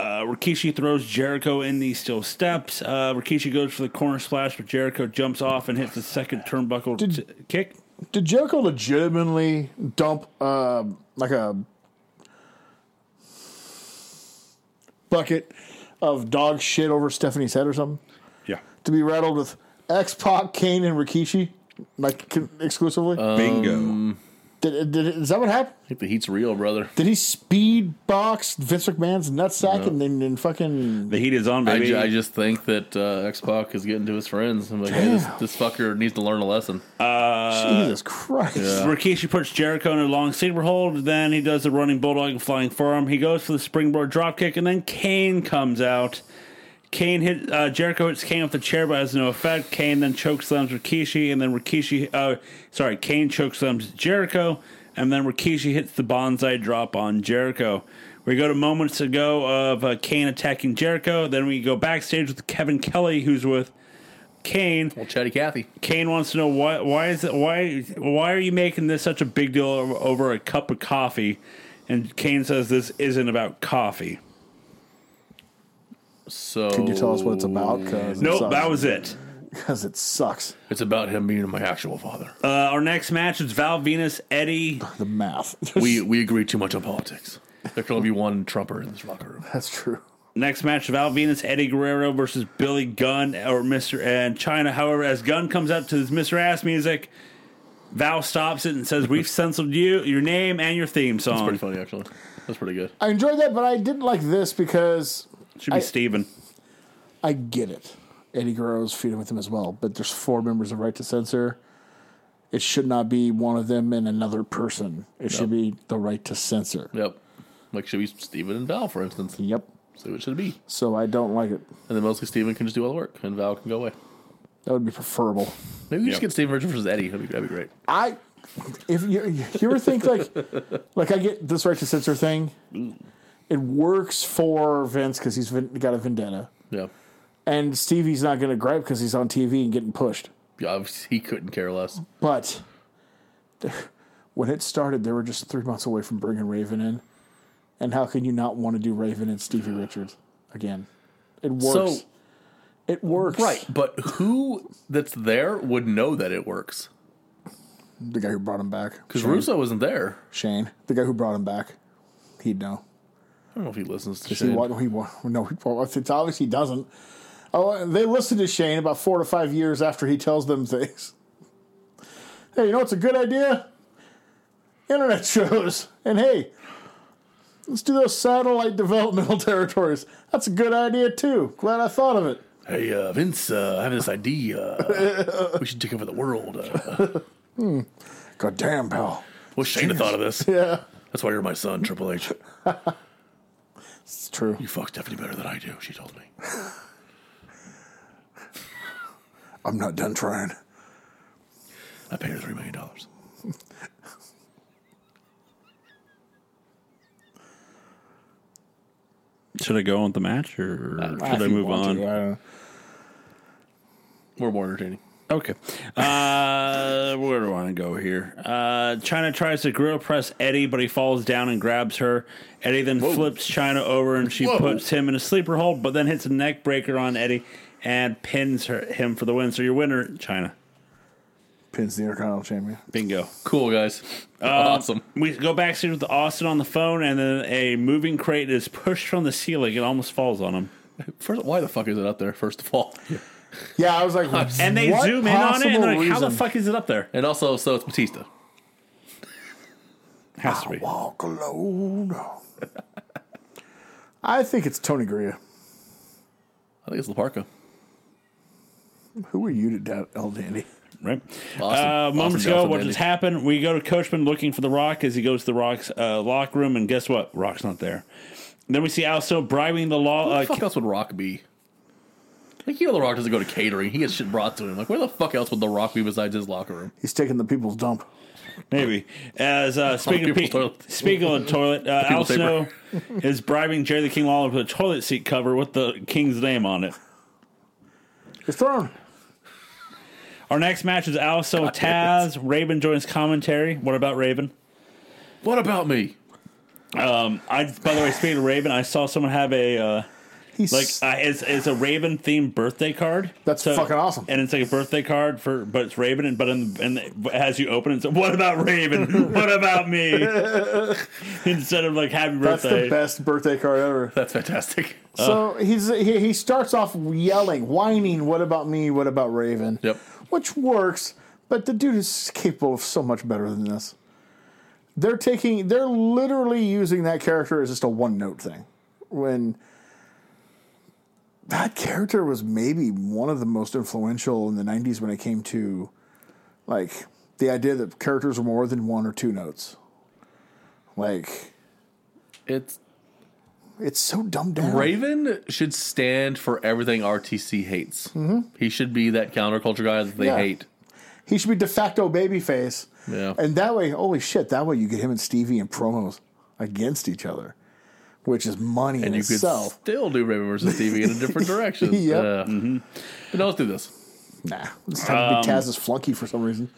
[SPEAKER 1] Uh, Rikishi throws Jericho in the steel steps. Uh, Rikishi goes for the corner splash, but Jericho jumps off and hits the second turnbuckle t- kick.
[SPEAKER 2] Did Jericho legitimately dump uh, like a bucket of dog shit over Stephanie's head or something
[SPEAKER 1] Yeah.
[SPEAKER 2] to be rattled with X Pac, Kane, and Rikishi like con- exclusively?
[SPEAKER 1] Uh.
[SPEAKER 3] Um,
[SPEAKER 1] Bingo.
[SPEAKER 2] did, did, is that what happened?
[SPEAKER 3] I think the heat's real, brother.
[SPEAKER 2] Did he speed box Vince McMahon's nutsack and then and fucking
[SPEAKER 1] The heat is on,
[SPEAKER 3] I,
[SPEAKER 1] baby.
[SPEAKER 3] ju- I just think that uh, X Pac is getting to his friends. I'm like, hey, this, this fucker needs to learn a lesson.
[SPEAKER 1] Uh,
[SPEAKER 2] Jesus Christ?
[SPEAKER 1] Rikishi puts Jericho in a long sleeper hold. Then he does the running bulldog and flying forearm. He goes for the springboard dropkick, and then Kane comes out. Kane hit uh, Jericho hits Kane with the chair, but has no effect. Kane then chokeslams Rikishi, and then Rikishi, uh, sorry, Kane chokeslams Jericho, and then Rikishi hits the bonsai drop on Jericho. We go to moments ago of uh, Kane attacking Jericho. Then we go backstage with Kevin Kelly, who's with Kane.
[SPEAKER 3] Well, Chatty Cathy.
[SPEAKER 1] Kane wants to know why why is it, why why are you making this such a big deal over, over a cup of coffee? And Kane says this isn't about coffee.
[SPEAKER 3] So
[SPEAKER 2] Can you tell us what it's about? Cause it
[SPEAKER 1] Nope,
[SPEAKER 2] sucks.
[SPEAKER 1] that was it.
[SPEAKER 2] because it sucks.
[SPEAKER 3] It's about him being my actual father.
[SPEAKER 1] Uh, our next match is Val Venus Eddie.
[SPEAKER 2] The math.
[SPEAKER 3] we we agree too much on politics. There can only be one Trumper in this locker room.
[SPEAKER 2] That's true.
[SPEAKER 1] Next match Val Venus Eddie Guerrero versus Billy Gunn or Mr. and China. However, as Gunn comes up to his Mr. Ass music, Val stops it and says, "We've censored you, your name, and your theme
[SPEAKER 3] Pretty
[SPEAKER 1] song."
[SPEAKER 3] funny, actually. That's pretty good.
[SPEAKER 2] I enjoyed that, but I didn't like this because
[SPEAKER 1] Should be
[SPEAKER 2] I-
[SPEAKER 1] Steven.
[SPEAKER 2] I get it. Eddie Guerrero's feeding with him as well, but there's four members of Right to Censor. It should not be one of them and another person. It should be the Right to Censor.
[SPEAKER 3] Yep. Like should be Steven and Val, for instance.
[SPEAKER 2] Yep.
[SPEAKER 3] So it should be.
[SPEAKER 2] So I don't like it.
[SPEAKER 3] And then mostly Steven can just do all the work and Val can go away.
[SPEAKER 2] That would be preferable.
[SPEAKER 3] Maybe we
[SPEAKER 1] Yep.
[SPEAKER 3] just get Steven Richard versus Eddie. That'd be, that'd be great.
[SPEAKER 2] I, if you, you ever think like, like I get this Right to Censor thing, it works for Vince because he's vin- got a vendetta,
[SPEAKER 3] Yeah.
[SPEAKER 2] and Stevie's not going to gripe because he's on TV and getting pushed.
[SPEAKER 3] yeah obviously he couldn't care less.
[SPEAKER 2] But there- when it started, they were just three months away from bringing Raven in. And how can you not want to do Raven and Stevie Richards again? It works.
[SPEAKER 3] So-
[SPEAKER 2] it works.
[SPEAKER 3] Right. But who that's there would know that it works.
[SPEAKER 2] The guy who brought him back.
[SPEAKER 3] Because Russo wasn't there.
[SPEAKER 2] Shane. The guy who brought him back. He'd know.
[SPEAKER 3] I don't know if he listens to
[SPEAKER 2] He
[SPEAKER 3] Shane.
[SPEAKER 2] wa- he wa- no, he, well, it's it's obvious he doesn't. Oh, they listen to Shane about four to five years after he tells them things. Hey, you know what's a good idea? Internet shows. And hey, let's do those satellite developmental territories. That's a good idea too. Glad I thought of it.
[SPEAKER 3] Hey, uh, Vince, uh, I have this idea. Uh, we should take over the world. Uh,
[SPEAKER 2] God damn, pal.
[SPEAKER 3] wish Shane had thought of this.
[SPEAKER 2] Yeah,
[SPEAKER 3] That's why you're my son, Triple H.
[SPEAKER 2] it's true.
[SPEAKER 3] You fuck Stephanie better than I do, she told me.
[SPEAKER 2] I'm not done trying.
[SPEAKER 3] I paid her $3 million. dollars.
[SPEAKER 1] Should I go on with the match or
[SPEAKER 2] Uh, If
[SPEAKER 1] should I
[SPEAKER 2] you
[SPEAKER 1] move
[SPEAKER 2] want
[SPEAKER 1] on?
[SPEAKER 2] to, I don't know.
[SPEAKER 3] We're more entertaining.
[SPEAKER 1] Okay. Uh, where do I want to go here? Uh, China tries to grill press Eddie, but he falls down and grabs her. Eddie then flips China over and she
[SPEAKER 3] Whoa.
[SPEAKER 1] puts him in a sleeper hold, but then hits a neck breaker on Eddie and pins her, him for the win. So your winner, China.
[SPEAKER 2] Pins the Intercontinental Champion.
[SPEAKER 1] Bingo.
[SPEAKER 3] Cool, guys. awesome.
[SPEAKER 1] We go backstage with Austin on the phone, and then a moving crate is pushed from the ceiling. It almost falls on him.
[SPEAKER 3] First, why the fuck is it up there? First of all,
[SPEAKER 2] Yeah, I was like,
[SPEAKER 1] And they
[SPEAKER 2] what
[SPEAKER 1] zoom in on it, and
[SPEAKER 2] possible
[SPEAKER 1] they're like, how the
[SPEAKER 2] reason?
[SPEAKER 1] fuck is it up there?
[SPEAKER 3] and also, so it's Batista.
[SPEAKER 1] Has to be.
[SPEAKER 2] Walk alone. I think it's Tony Gria.
[SPEAKER 3] I think it's Laparca.
[SPEAKER 2] Who are you to doubt El Dandy?
[SPEAKER 1] Right.
[SPEAKER 3] Austin-
[SPEAKER 1] uh, moments
[SPEAKER 3] Austin's
[SPEAKER 1] ago,
[SPEAKER 3] Alpha
[SPEAKER 1] what
[SPEAKER 3] Dandy.
[SPEAKER 1] just happened? We go to Coachman looking for the Rock as he goes to the Rock's uh, locker room, and guess what? Rock's not there. Then we see Also bribing the law.
[SPEAKER 3] Where
[SPEAKER 1] Uh,
[SPEAKER 3] the fuck else would Rock be? Like you know, The Rock doesn't go to catering. He gets shit brought to him. Like where the fuck else would The Rock be besides his locker room?
[SPEAKER 2] He's taking the people's dump.
[SPEAKER 1] maybe as uh, speaking of
[SPEAKER 3] people's
[SPEAKER 1] pe-
[SPEAKER 3] toilet.
[SPEAKER 1] speaking of toilet, uh, Al
[SPEAKER 3] People's
[SPEAKER 1] Snow is bribing Jerry the King Lawler with a toilet seat cover with the King's name on it.
[SPEAKER 2] It's thrown.
[SPEAKER 1] Our next match is Also Taz. Raven joins commentary. What about Raven?
[SPEAKER 3] What about me?
[SPEAKER 1] I by the way, speaking of Raven, I saw someone have a. Uh,
[SPEAKER 2] He's
[SPEAKER 1] like uh, it's, it's a Raven themed birthday card.
[SPEAKER 2] That's fucking awesome.
[SPEAKER 1] And it's like a birthday card for, but it's Raven, and but in, and as you open it, it's what about Raven? what about me? Instead of like happy
[SPEAKER 2] that's the
[SPEAKER 1] birthday. Uh.
[SPEAKER 2] best birthday card ever.
[SPEAKER 3] That's fantastic.
[SPEAKER 2] so he's he, he starts off yelling, whining, "What about me? What about Raven?"
[SPEAKER 3] Yep.
[SPEAKER 2] which works. But the dude is capable of so much better than this. They're taking, they're literally using that character as just a one note thing. When that character was maybe one of the most influential in the 90s when it came to like the idea that characters were more than one or two notes. Like,
[SPEAKER 3] It's
[SPEAKER 2] it's so dumbed down.
[SPEAKER 3] Raven should stand for everything RTC hates. He should be that counterculture guy that they
[SPEAKER 2] Yeah.
[SPEAKER 3] hate.
[SPEAKER 2] He should be de facto babyface.
[SPEAKER 3] Yeah.
[SPEAKER 2] And that way, holy shit, that way you get him and Stevie in promos against each other, which is money in
[SPEAKER 3] and you could
[SPEAKER 2] itself.
[SPEAKER 3] still do Raven versus Stevie in a different direction.
[SPEAKER 2] Yep.
[SPEAKER 3] Uh,
[SPEAKER 1] Mm-hmm.
[SPEAKER 3] But no, let's do this.
[SPEAKER 2] nah, it's time
[SPEAKER 3] Um,
[SPEAKER 2] to be Taz's flunky for some reason.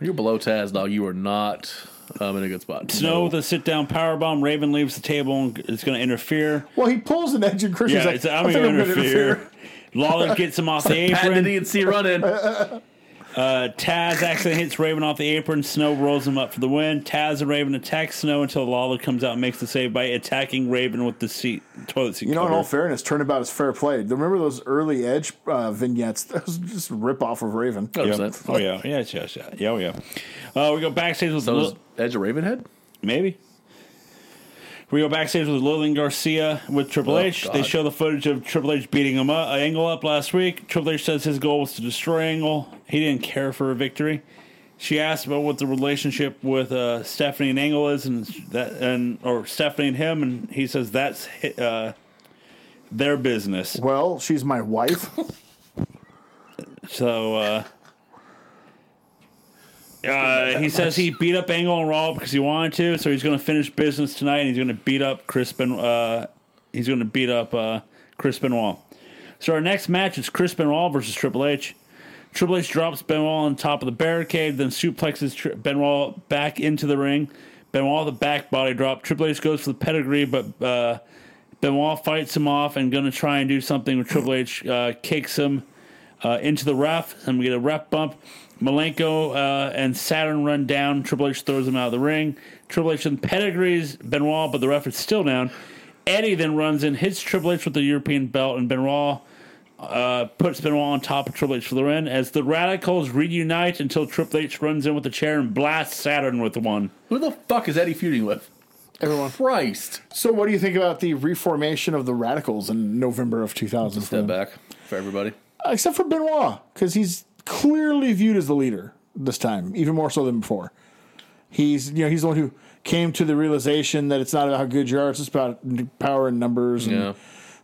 [SPEAKER 3] You're below Taz, dog. You are not um, in a good spot.
[SPEAKER 1] Snow with a sit down power bomb. Raven leaves the table and is going to interfere.
[SPEAKER 2] Well, he pulls an edge and Christian's
[SPEAKER 1] yeah,
[SPEAKER 2] like,
[SPEAKER 1] it's, I'm going
[SPEAKER 2] I think
[SPEAKER 1] to
[SPEAKER 2] I'm gonna
[SPEAKER 1] interfere. Lawler gets him off the
[SPEAKER 3] Patented
[SPEAKER 1] apron.
[SPEAKER 3] and see running.
[SPEAKER 1] Uh, Taz actually hits Raven off the apron. Snow rolls him up for the win. Taz and Raven attack Snow until Lawler comes out and makes the save by attacking Raven with the seat toilet seat.
[SPEAKER 2] You know, in
[SPEAKER 1] cover.
[SPEAKER 2] all fairness, turnabout is fair play. Remember those early edge uh, vignettes? That was just a rip off of Raven.
[SPEAKER 3] 100%.
[SPEAKER 1] Oh yeah, yeah, yeah, yeah, yeah. Oh, yeah. Uh, we go backstage with
[SPEAKER 3] So is
[SPEAKER 1] Lil-
[SPEAKER 3] Edge a Ravenhead?
[SPEAKER 1] maybe. We go backstage with Lillian Garcia with Triple
[SPEAKER 3] Oh,
[SPEAKER 1] H. They
[SPEAKER 3] God.
[SPEAKER 1] show the footage of Triple H beating him up, uh, Angle up last week. Triple H says his goal was to destroy Angle. He didn't care for a victory. She asked about what the relationship with uh, Stephanie and Angle is, and that and or Stephanie and him, and he says that's hi- uh, their business.
[SPEAKER 2] Well, she's my wife.
[SPEAKER 1] So uh, uh, he says he beat up Angle and Raw because he wanted to. So he's going to finish business tonight, and he's going to beat up Crispin. Uh, he's going to beat up uh, Chris Benoit. So our next match is Chris Benoit versus Triple H. Triple H drops Benoit on top of the barricade, then suplexes Tri- Benoit back into the ring. Benoit with a back body drop. Triple H goes for the pedigree, but uh, Benoit fights him off and going to try and do something with Triple H. Uh, kicks him uh, into the ref, and we get a ref bump. Malenko uh, and Saturn run down. Triple H throws him out of the ring. Triple H then pedigrees Benoit, but the ref is still down. Eddie then runs in, hits Triple H with the European belt, and Benoit uh, puts Benoit on top of Triple H for the win. As the Radicals reunite until Triple H runs in with a chair and blasts Saturn with one.
[SPEAKER 3] Who the fuck is Eddie feuding with?
[SPEAKER 2] Everyone.
[SPEAKER 3] Christ.
[SPEAKER 2] So, what do you think about the reformation of the Radicals in November of 2000?
[SPEAKER 3] Step back for everybody.
[SPEAKER 2] except for Benoit, because he's clearly viewed as the leader this time, even more so than before. He's you know he's the one who came to the realization that it's not about how good you are; it's just about n- power and numbers. And
[SPEAKER 3] Yeah.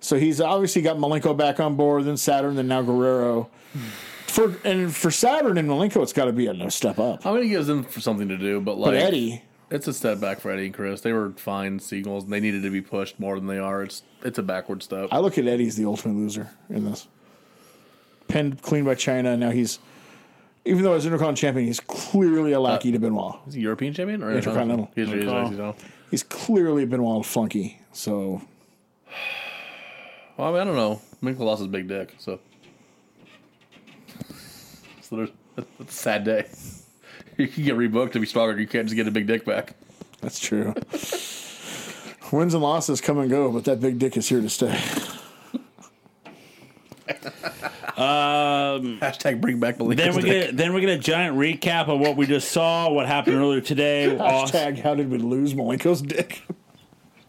[SPEAKER 2] So he's obviously got Malenko back on board, then Saturn, then now Guerrero. For and for Saturn and Malenko, it's got to be a no step up.
[SPEAKER 3] How many gives them for something to do? But like
[SPEAKER 2] But Eddie,
[SPEAKER 3] It's a step back for Eddie and Chris. They were fine signals and they needed to be pushed more than they are. It's it's a backward step.
[SPEAKER 2] I look at Eddie as the ultimate loser in this. Penned clean by China. Now he's, even though he's Intercontinental champion, he's clearly a lackey to Benoit.
[SPEAKER 3] He's a European champion or
[SPEAKER 2] Intercontinental.
[SPEAKER 3] He's, he's,
[SPEAKER 1] Intercontinental.
[SPEAKER 3] he's, he's-
[SPEAKER 2] He's clearly Benoit flunky. So
[SPEAKER 3] Well, I, mean, I don't know. Minkle lost his big dick, so. so there's, It's a sad day. You can get rebooked if you stronger. You can't just get a big dick back.
[SPEAKER 2] That's true. Wins and losses come and go, but that big dick is here to stay.
[SPEAKER 3] Hashtag bring back the league.
[SPEAKER 1] Then we get then we get a giant recap of what we just saw, what happened earlier today. Awesome.
[SPEAKER 2] Hashtag, how did we lose Malenko's dick?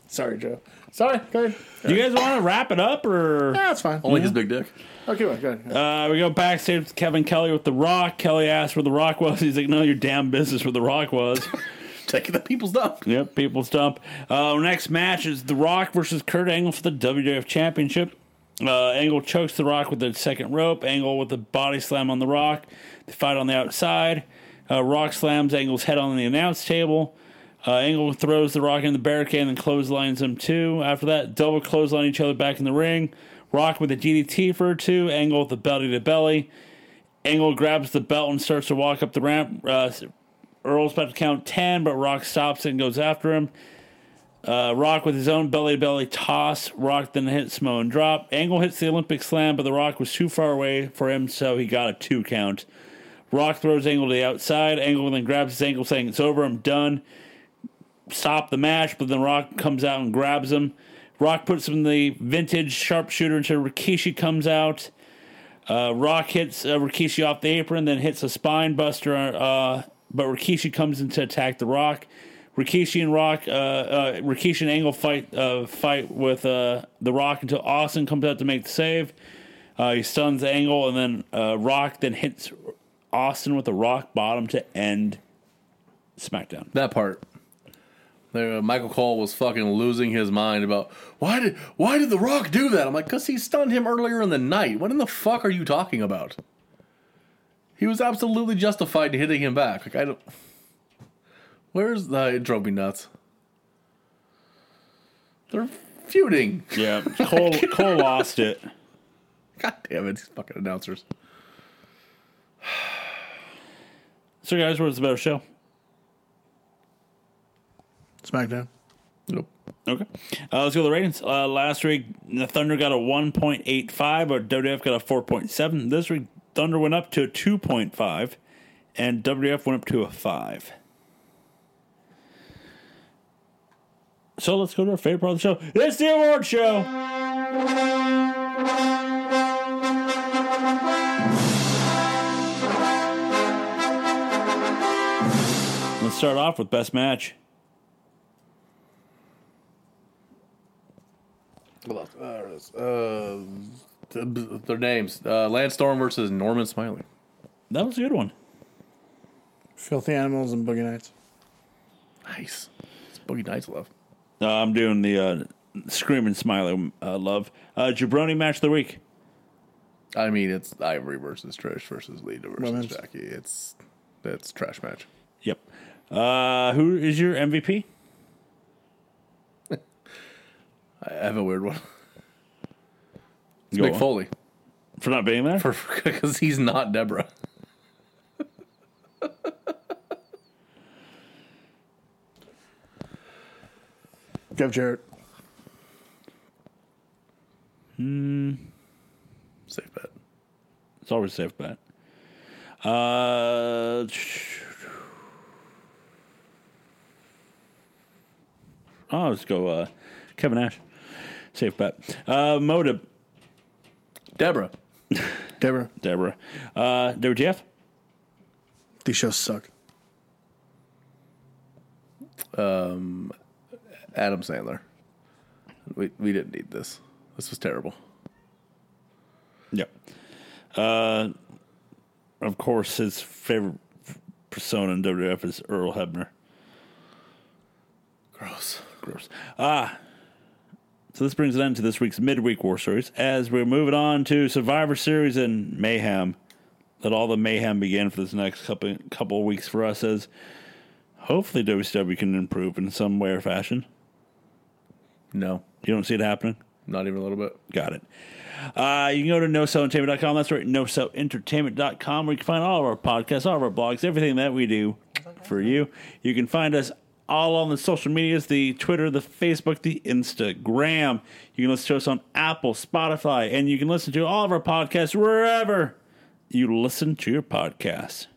[SPEAKER 2] Sorry, Joe. Sorry, go ahead.
[SPEAKER 1] Do you guys want to wrap it up or?
[SPEAKER 2] Yeah, it's fine.
[SPEAKER 3] only his big dick.
[SPEAKER 2] Okay, well, go ahead.
[SPEAKER 1] Uh, we go backstage with Kevin Kelly with The Rock. Kelly asked where The Rock was. He's like, no, your damn business where The Rock was.
[SPEAKER 3] Taking the people's dump.
[SPEAKER 1] yep, people stump. Uh, next match is The Rock versus Kurt Angle for the WWF Championship. Uh, Angle chokes The Rock with the second rope. Angle with the body slam on The Rock. They fight on the outside. Uh, Rock slams Angle's head on the announce table. Uh, Angle throws The Rock in the barricade and then clotheslines him too. After that, double clothesline each other back in the ring. Rock with a DDT for two. Angle with the belly to belly. Angle grabs the belt and starts to walk up the ramp. Uh, Earl's about to count 10, but Rock stops and goes after him. Uh, Rock with his own belly to belly toss. Rock then hits Samoan drop. Angle hits the Olympic slam, but the Rock was too far away for him, so he got a two count. Rock throws Angle to the outside. Angle then grabs his ankle, saying, It's over, I'm done. Stop the match, but then Rock comes out and grabs him. Rock puts him in the vintage sharpshooter until Rikishi comes out. Uh, Rock hits uh, Rikishi off the apron, then hits a spine buster, uh, but Rikishi comes in to attack the Rock. Rikishi and Rock, uh, uh, Rikishi and Angle fight uh, fight with uh, the Rock until Austin comes out to make the save. Uh, he stuns Angle, and then uh, Rock then hits Austin with a Rock Bottom to end SmackDown.
[SPEAKER 3] That part. There, uh, Michael Cole was fucking losing his mind about why did why did The Rock do that? I'm like, cause he stunned him earlier in the night. What in the fuck are you talking about? He was absolutely justified in hitting him back. Like I don't. Where's the? It drove me nuts. They're feuding.
[SPEAKER 1] Yeah, Cole Cole lost it.
[SPEAKER 3] God damn it! These fucking announcers.
[SPEAKER 1] So guys, what was the better show?
[SPEAKER 2] SmackDown.
[SPEAKER 3] Nope.
[SPEAKER 1] Okay. Uh, let's go to the ratings. Uh, last week, the Thunder got a 1.85, or WWF got a 4.7. This week, Thunder went up to a 2.5, and WWF went up to a 5. So let's go to our favorite part of the show. It's the award show. Let's start off with best match.
[SPEAKER 3] Hold on. Uh, it is. Uh, th- th- their names: uh, Landstorm versus Norman Smiley.
[SPEAKER 1] That was a good one.
[SPEAKER 2] Filthy Animals and Boogie Nights.
[SPEAKER 3] Nice. It's Boogie Nights love.
[SPEAKER 1] Uh, I'm doing the uh, screaming smiley uh, love uh, jabroni match of the week.
[SPEAKER 3] I mean, it's Ivory versus Trish versus Lita versus
[SPEAKER 2] Women's.
[SPEAKER 3] Jackie. It's that's trash match.
[SPEAKER 1] Yep. Uh, who is your MVP?
[SPEAKER 3] I have a weird one. It's
[SPEAKER 1] Go
[SPEAKER 3] Mick
[SPEAKER 1] on.
[SPEAKER 3] Foley
[SPEAKER 1] for not being there.
[SPEAKER 3] because he's not Deborah.
[SPEAKER 2] Jeff Jarrett.
[SPEAKER 3] Safe bet.
[SPEAKER 1] it's always a safe bet. Uh, sh- oh, let's go. Uh, Kevin Nash, safe bet. Uh, Moda,
[SPEAKER 3] Deborah.
[SPEAKER 2] Deborah.
[SPEAKER 1] Deborah, uh, WTF.
[SPEAKER 2] These shows suck.
[SPEAKER 3] Adam Sandler. We we didn't need this. This was terrible.
[SPEAKER 1] Yep. Uh, of course, his favorite persona in WWF is Earl Hebner.
[SPEAKER 3] Gross.
[SPEAKER 1] Gross. Ah. So this brings an end to this week's midweek war series. As we're moving on to Survivor Series and Mayhem, let all the mayhem begin for this next couple couple of weeks for us. As hopefully WCW can improve in some way or fashion.
[SPEAKER 3] No,
[SPEAKER 1] You don't see it happening.
[SPEAKER 3] not even a little bit.
[SPEAKER 1] Got it. Uh, you can go to nocellentertainment.com. That's right, nocellentertainment.com, where you can find all of our podcasts, all of our blogs, everything that we do for you. You can find us all on the social medias the Twitter, the Facebook, the Instagram. You can listen to us on Apple, Spotify, and you can listen to all of our podcasts wherever you listen to your podcasts.